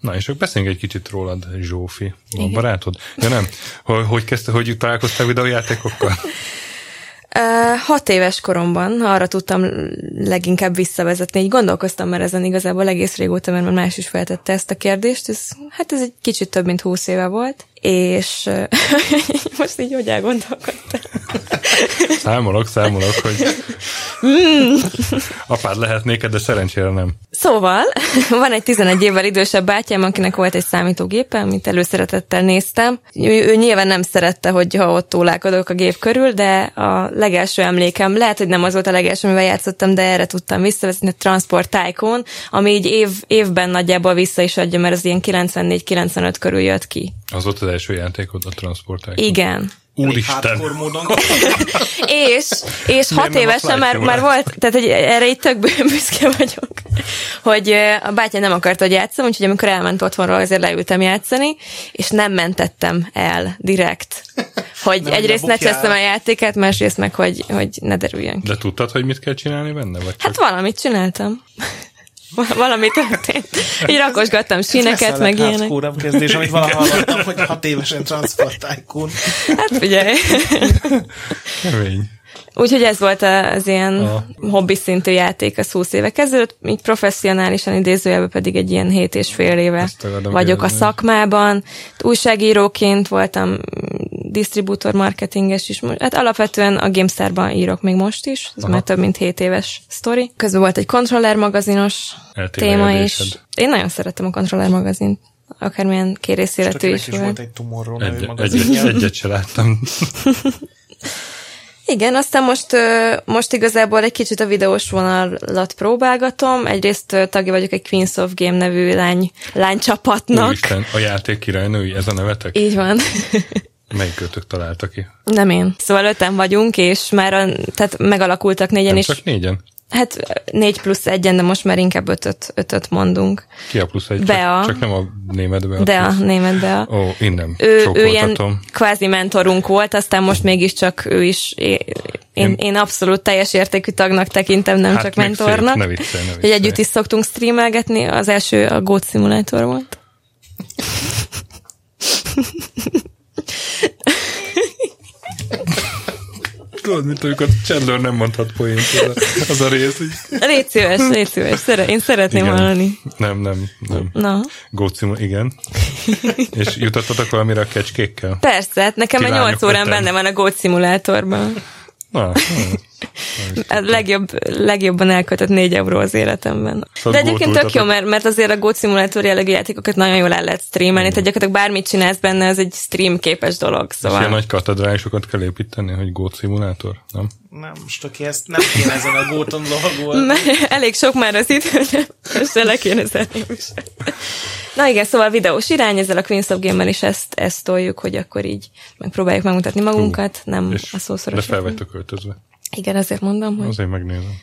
A: Na, és akkor beszéljünk egy kicsit rólad, Zsófi. Van barátod? Ja nem. Hogy, hogy kezdte, hogy találkoztál videójátékokkal?
C: Ö, Hat éves koromban arra tudtam leginkább visszavezetni, így gondolkoztam már ezen igazából egész régóta, mert már más is feltette ezt a kérdést, ez, hát ez egy kicsit több, mint húsz éve volt, és ö, most így hogy elgondolkodtam.
A: Számolok, számolok, hogy apád lehet néked, de szerencsére nem.
C: Szóval, van egy 11 évvel idősebb bátyám, akinek volt egy számítógépe, amit előszeretettel néztem. Ő, ő nyilván nem szerette, hogy ha ott tólálkodok a gép körül, de a legelső emlékem, lehet, hogy nem az volt a legelső, amivel játszottam, de erre tudtam visszavezetni, a Transport Tycoon, ami így év, évben nagyjából vissza is adja, mert az ilyen 94-95 körül jött ki.
A: Az volt az első játékod, a transportál.
C: Igen.
A: Úristen!
B: Hardcore módon
C: és, és
A: nem
C: hat
A: a
C: évesen már,
A: Flight
C: már volt, tehát hogy erre itt tök bő- büszke vagyok, hogy ö, a bátyám nem akart, hogy játszom, úgyhogy amikor elment otthonról, azért leültem játszani, és nem mentettem el direkt, hogy
B: Nem,
C: egyrészt
B: ne
C: ne
B: bukjál.
C: csesztem a játékát, másrészt meg, hogy, hogy ne derüljön ki.
A: De tudtad, hogy mit kell csinálni benne? Vagy csak
C: Hát valamit csináltam. Val- Valami történt. Így rakosgattam síneket, meg
A: hát
C: ilyenek.
B: Hardcore kezdés, amit valaha hallottam, hogy hat évesen Transport Tycoon.
C: Hát figyelj.
A: kemény.
C: Úgyhogy ez volt a- az ilyen
A: Aha.
C: hobbi szintű játék az 20 éve kezdődött, így professzionálisan idézőjelben pedig egy ilyen 7 és fél éve
A: Ezt akarom
C: vagyok a
A: kérdezni.
C: szakmában. Újságíróként voltam mm, disztribútor marketinges is. mo- Hát alapvetően a GameStar-ban írok még most is, ez
A: Aha.
C: már több mint 7 éves sztori. Közben volt egy controller magazinos téma is.
A: Eltévejedésed.
C: Én nagyon szerettem a controller magazint, akármilyen kérészéletű
B: Stökinek
C: is
B: is volt
C: volt.
B: egy tumorról
A: Egy,
B: nevű
A: egyet,
B: magazinja.
A: egyet se láttam.
C: Igen, aztán most, ö, most igazából egy kicsit a videós vonalat próbálgatom. Egyrészt ö, tagja vagyok egy Queens of Game nevű lány, lánycsapatnak.
A: Úristen, a játék királynői, ez a nevetek?
C: Így van.
A: Melyik kötök találta ki?
C: Nem én. Szóval öten vagyunk, és már a, tehát megalakultak négyen
A: Nem
C: is.
A: csak négyen?
C: Hát négy plusz egyen, de most már inkább ötöt, ötöt mondunk.
A: Ki a plusz egy? Csak-
C: Bea.
A: Csak, nem a német Bea.
C: De a német, de a...
A: Ó, innen.
C: Ő, ő ilyen
A: Csókoltatom.
C: kvázi mentorunk volt, aztán most mégiscsak ő is, én, én, én abszolút teljes értékű tagnak tekintem, nem
A: Hát
C: csak
A: meg szép,
C: mentornak.
A: ne viccelj, ne
C: Hogy együtt
A: viccelj.
C: is szoktunk streamelgetni, az első a Goat Simulator volt.
A: Tudod, mint amikor Chandler nem mondhat poént, az a, az a rész. Így.
C: Légy szíves, légy szíves, szere, én szeretném
A: Igen.
C: hallani.
A: Nem, nem, nem.
C: Na,
A: Gócim, igen. És jutottatok valamire a kecskékkel?
C: persze, hát nekem
A: Ti
C: a
A: lányok
C: 8 órán
A: öten.
C: benne van a Goat Simulatorban.
A: Na, hm.
C: A legjobb, legjobban elköltött 4 euró az életemben.
A: Szóval
C: De egyébként
A: gótoltatok.
C: tök jó, mert, mert azért a Goat Simulator jellegű játékokat nagyon jól el lehet streamelni, tehát gyakorlatilag bármit csinálsz benne, az egy stream képes dolog,
A: és ilyen
C: szóval.
A: nagy katedrálisokat kell építeni, hogy gócimulátor, nem?
B: Nem, most aki ezt nem kéne ezen a góton lovagolni.
C: Elég sok már az idő, hogy most le kéne zárni is. Na igen, szóval videós irány, ezzel a Queens of Game-mel is ezt, ezt toljuk, hogy akkor így megpróbáljuk megmutatni magunkat, nem
A: És
C: a
A: de
C: szószoros.
A: fel vagytok költözve.
C: Igen, azért mondom, hogy
A: Azért megnézem.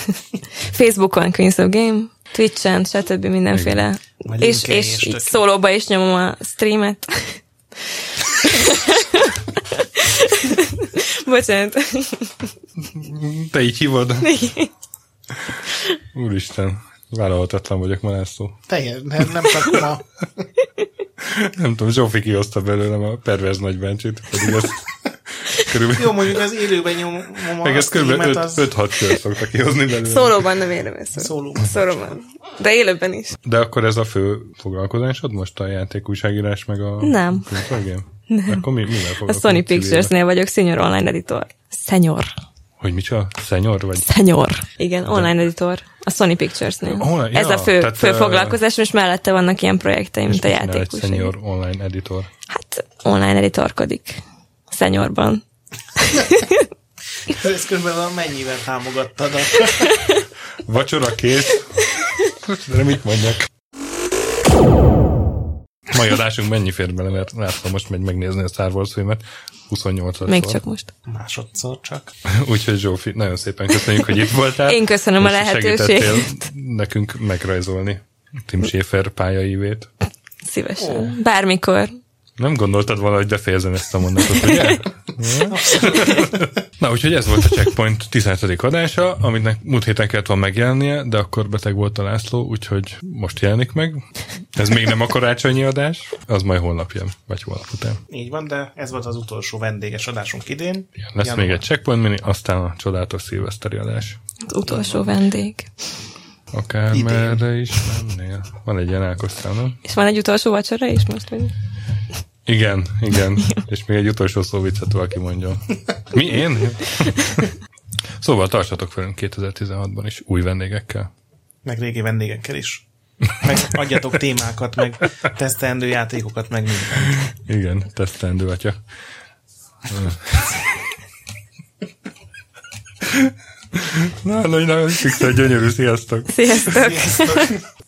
C: Facebookon Queens of Game, Twitch-en, stb. mindenféle.
B: Majd
C: És,
B: linkelj,
C: és,
B: és
C: így
B: tök jó.
C: szólóba is nyomom a streamet. Bocsánat.
A: Te így hívod? Úristen, vállalhatatlan vagyok ma, László.
B: Teljesen, nem, nem csak ma.
A: Nem tudom, Zsófi kihozta belőlem a perverz nagybáncsit, pedig ez körülbelül...
B: Jó, mondjuk az élőben nyomom
A: Meg
B: a
A: ezt kb.
B: streamet,
A: 5-6 kör szoktak kihozni belőle.
C: Szólóban nem érem ezt.
B: Szólóban.
C: Szólóban. De élőben is.
A: De akkor ez a fő foglalkozásod most a játék újságírás meg a...
C: Nem.
A: Könyvegém? Nem. Akkor mi, mivel
C: A
A: foglalkozol?
C: Sony
A: Civilben?
C: Pictures-nél vagyok senior online editor. Senior.
A: Hogy micsoda? Szenyor vagy?
C: Senior. Igen, online editor. A Sony Pictures-nél.
A: Online- ja,
C: Ez a fő,
A: tehát,
C: fő
A: eh,
C: foglalkozásom, és mellette vannak ilyen projekteim, mint a
A: Mit csinál
C: játék.
A: egy senior online editor.
C: Hát online editorkodik. Seniorban.
B: Ez körülbelül a mennyivel támogattad a...
A: Vacsora kész. De mit mondjak? Mai adásunk mennyi fér bele, mert láttam most megy megnézni a Star Wars filmet 28 szor
C: Még csak most.
B: Másodszor csak.
A: Úgyhogy Zsófi, nagyon szépen köszönjük, hogy itt voltál.
C: Én köszönöm a
A: És
C: lehetőséget.
A: segítettél nekünk megrajzolni Tim Schafer pályaívét.
C: Szívesen. Bármikor.
A: Nem gondoltad volna, hogy befejezem ezt a mondatot, ugye? Na, úgyhogy ez volt a Checkpoint 15. adása, aminek múlt héten kellett volna megjelennie, de akkor beteg volt a László, úgyhogy most jelenik meg. Ez még nem a karácsonyi adás, az majd holnap jön, vagy holnap után.
B: Így van, de ez volt az utolsó vendéges adásunk idén.
A: Lesz
B: Január.
A: még egy Checkpoint mini, aztán a csodálatos szilveszteri adás.
C: Az utolsó vendég.
A: Akármerre is mennél. Van egy ilyen elkosztál, nem?
C: És van egy utolsó vacsora is most? Vagy?
A: Igen, igen. És még egy utolsó szó viccet valaki mondjon. Mi, én? Szóval tartsatok velünk 2016-ban is új vendégekkel.
B: Meg régi vendégekkel is. Meg adjatok témákat, meg tesztelendő játékokat, meg mindent.
A: Igen, tesztendő atya. Na, na, na, fix egy gyönyörű, sziasztok!
C: Sziasztok!
B: Sziasztok!